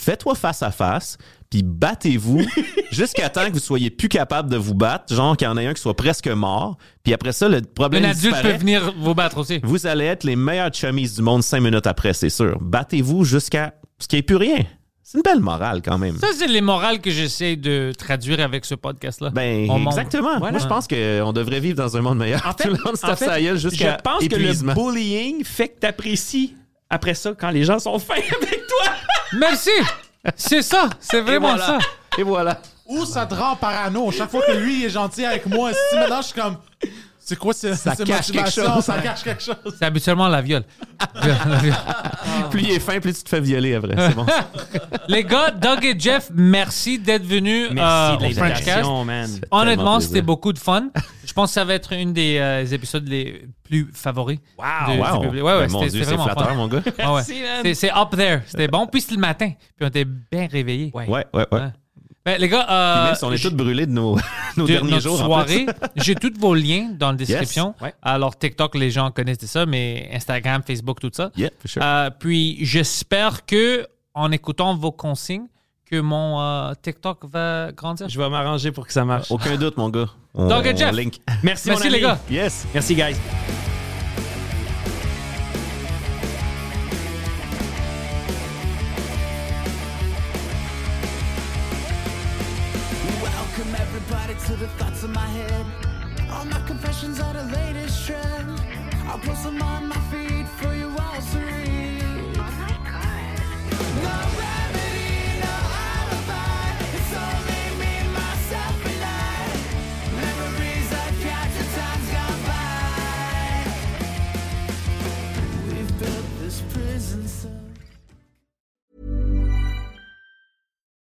Fais-toi face à face, puis (laughs) battez-vous jusqu'à temps que vous soyez plus capable de vous battre, genre qu'il y en ait un qui soit presque mort, puis après ça, le Un problème adulte peut disparaît. venir vous battre aussi. Vous allez être les meilleurs chummies du monde cinq minutes après, c'est sûr. Battez-vous jusqu'à ce qu'il n'y ait plus rien. C'est une belle morale quand même. Ça, c'est les morales que j'essaie de traduire avec ce podcast-là. Ben, Au monde. exactement. Moi, je pense qu'on devrait vivre dans un monde meilleur. En (laughs) fait, Tout le monde se en tape fait, sa gueule jusqu'à je pense que le épuisement. bullying fait que t'apprécies après ça quand les gens sont fins (laughs) avec toi. Merci! C'est ça, c'est vraiment ça. Et voilà. Ou ça te rend parano. Chaque fois que lui il est gentil avec moi, si maintenant je suis comme. C'est quoi c'est, Ça c'est cache quelque motivation, chose. hein. Ça cache quelque chose. C'est habituellement la viole. La viole. Ah. Plus il est fin, plus tu te fais violer, après. (laughs) C'est bon. Les gars, Doug et Jeff, merci d'être venus euh, au Frenchcast. man. Tellement Honnêtement, plaisir. c'était beaucoup de fun. Je pense que ça va être une des euh, épisodes les plus favoris. Wow. de- Wow. du public. Ouais, ouais, Ben, mon c'était- Dieu, c'était c'est vraiment flatteur, fun. mon gars. Ah ouais. Merci, man. C'est- C'est up there. C'était bon. Puis c'était le matin. Puis on était bien réveillés. Ouais, ouais, ouais. Ouais. Ben, les gars, euh, Même si on est je- tous brûlés de nos, (laughs) nos de derniers notre jours. en soirée. (laughs) J'ai tous vos liens dans la description. Ouais. Alors, TikTok, les gens connaissent ça, mais Instagram, Facebook, tout ça. Yeah, for sure. Euh, puis, j'espère que, en écoutant vos consignes, que mon euh, TikTok va grandir. Je vais m'arranger pour que ça marche. plus. Aucun doute, mon gars. On, Donc, on Jeff. link. Merci, mon Merci, les ami. gars. Yes. Merci, guys. Welcome everybody to the thoughts in my head. All my confessions are the latest trend. I'll post them on my feed for you all to read. Oh my god. No remedy, no alibi. It's only me, myself, and I. Memories I capture, time's gone by. We've built this prison cell.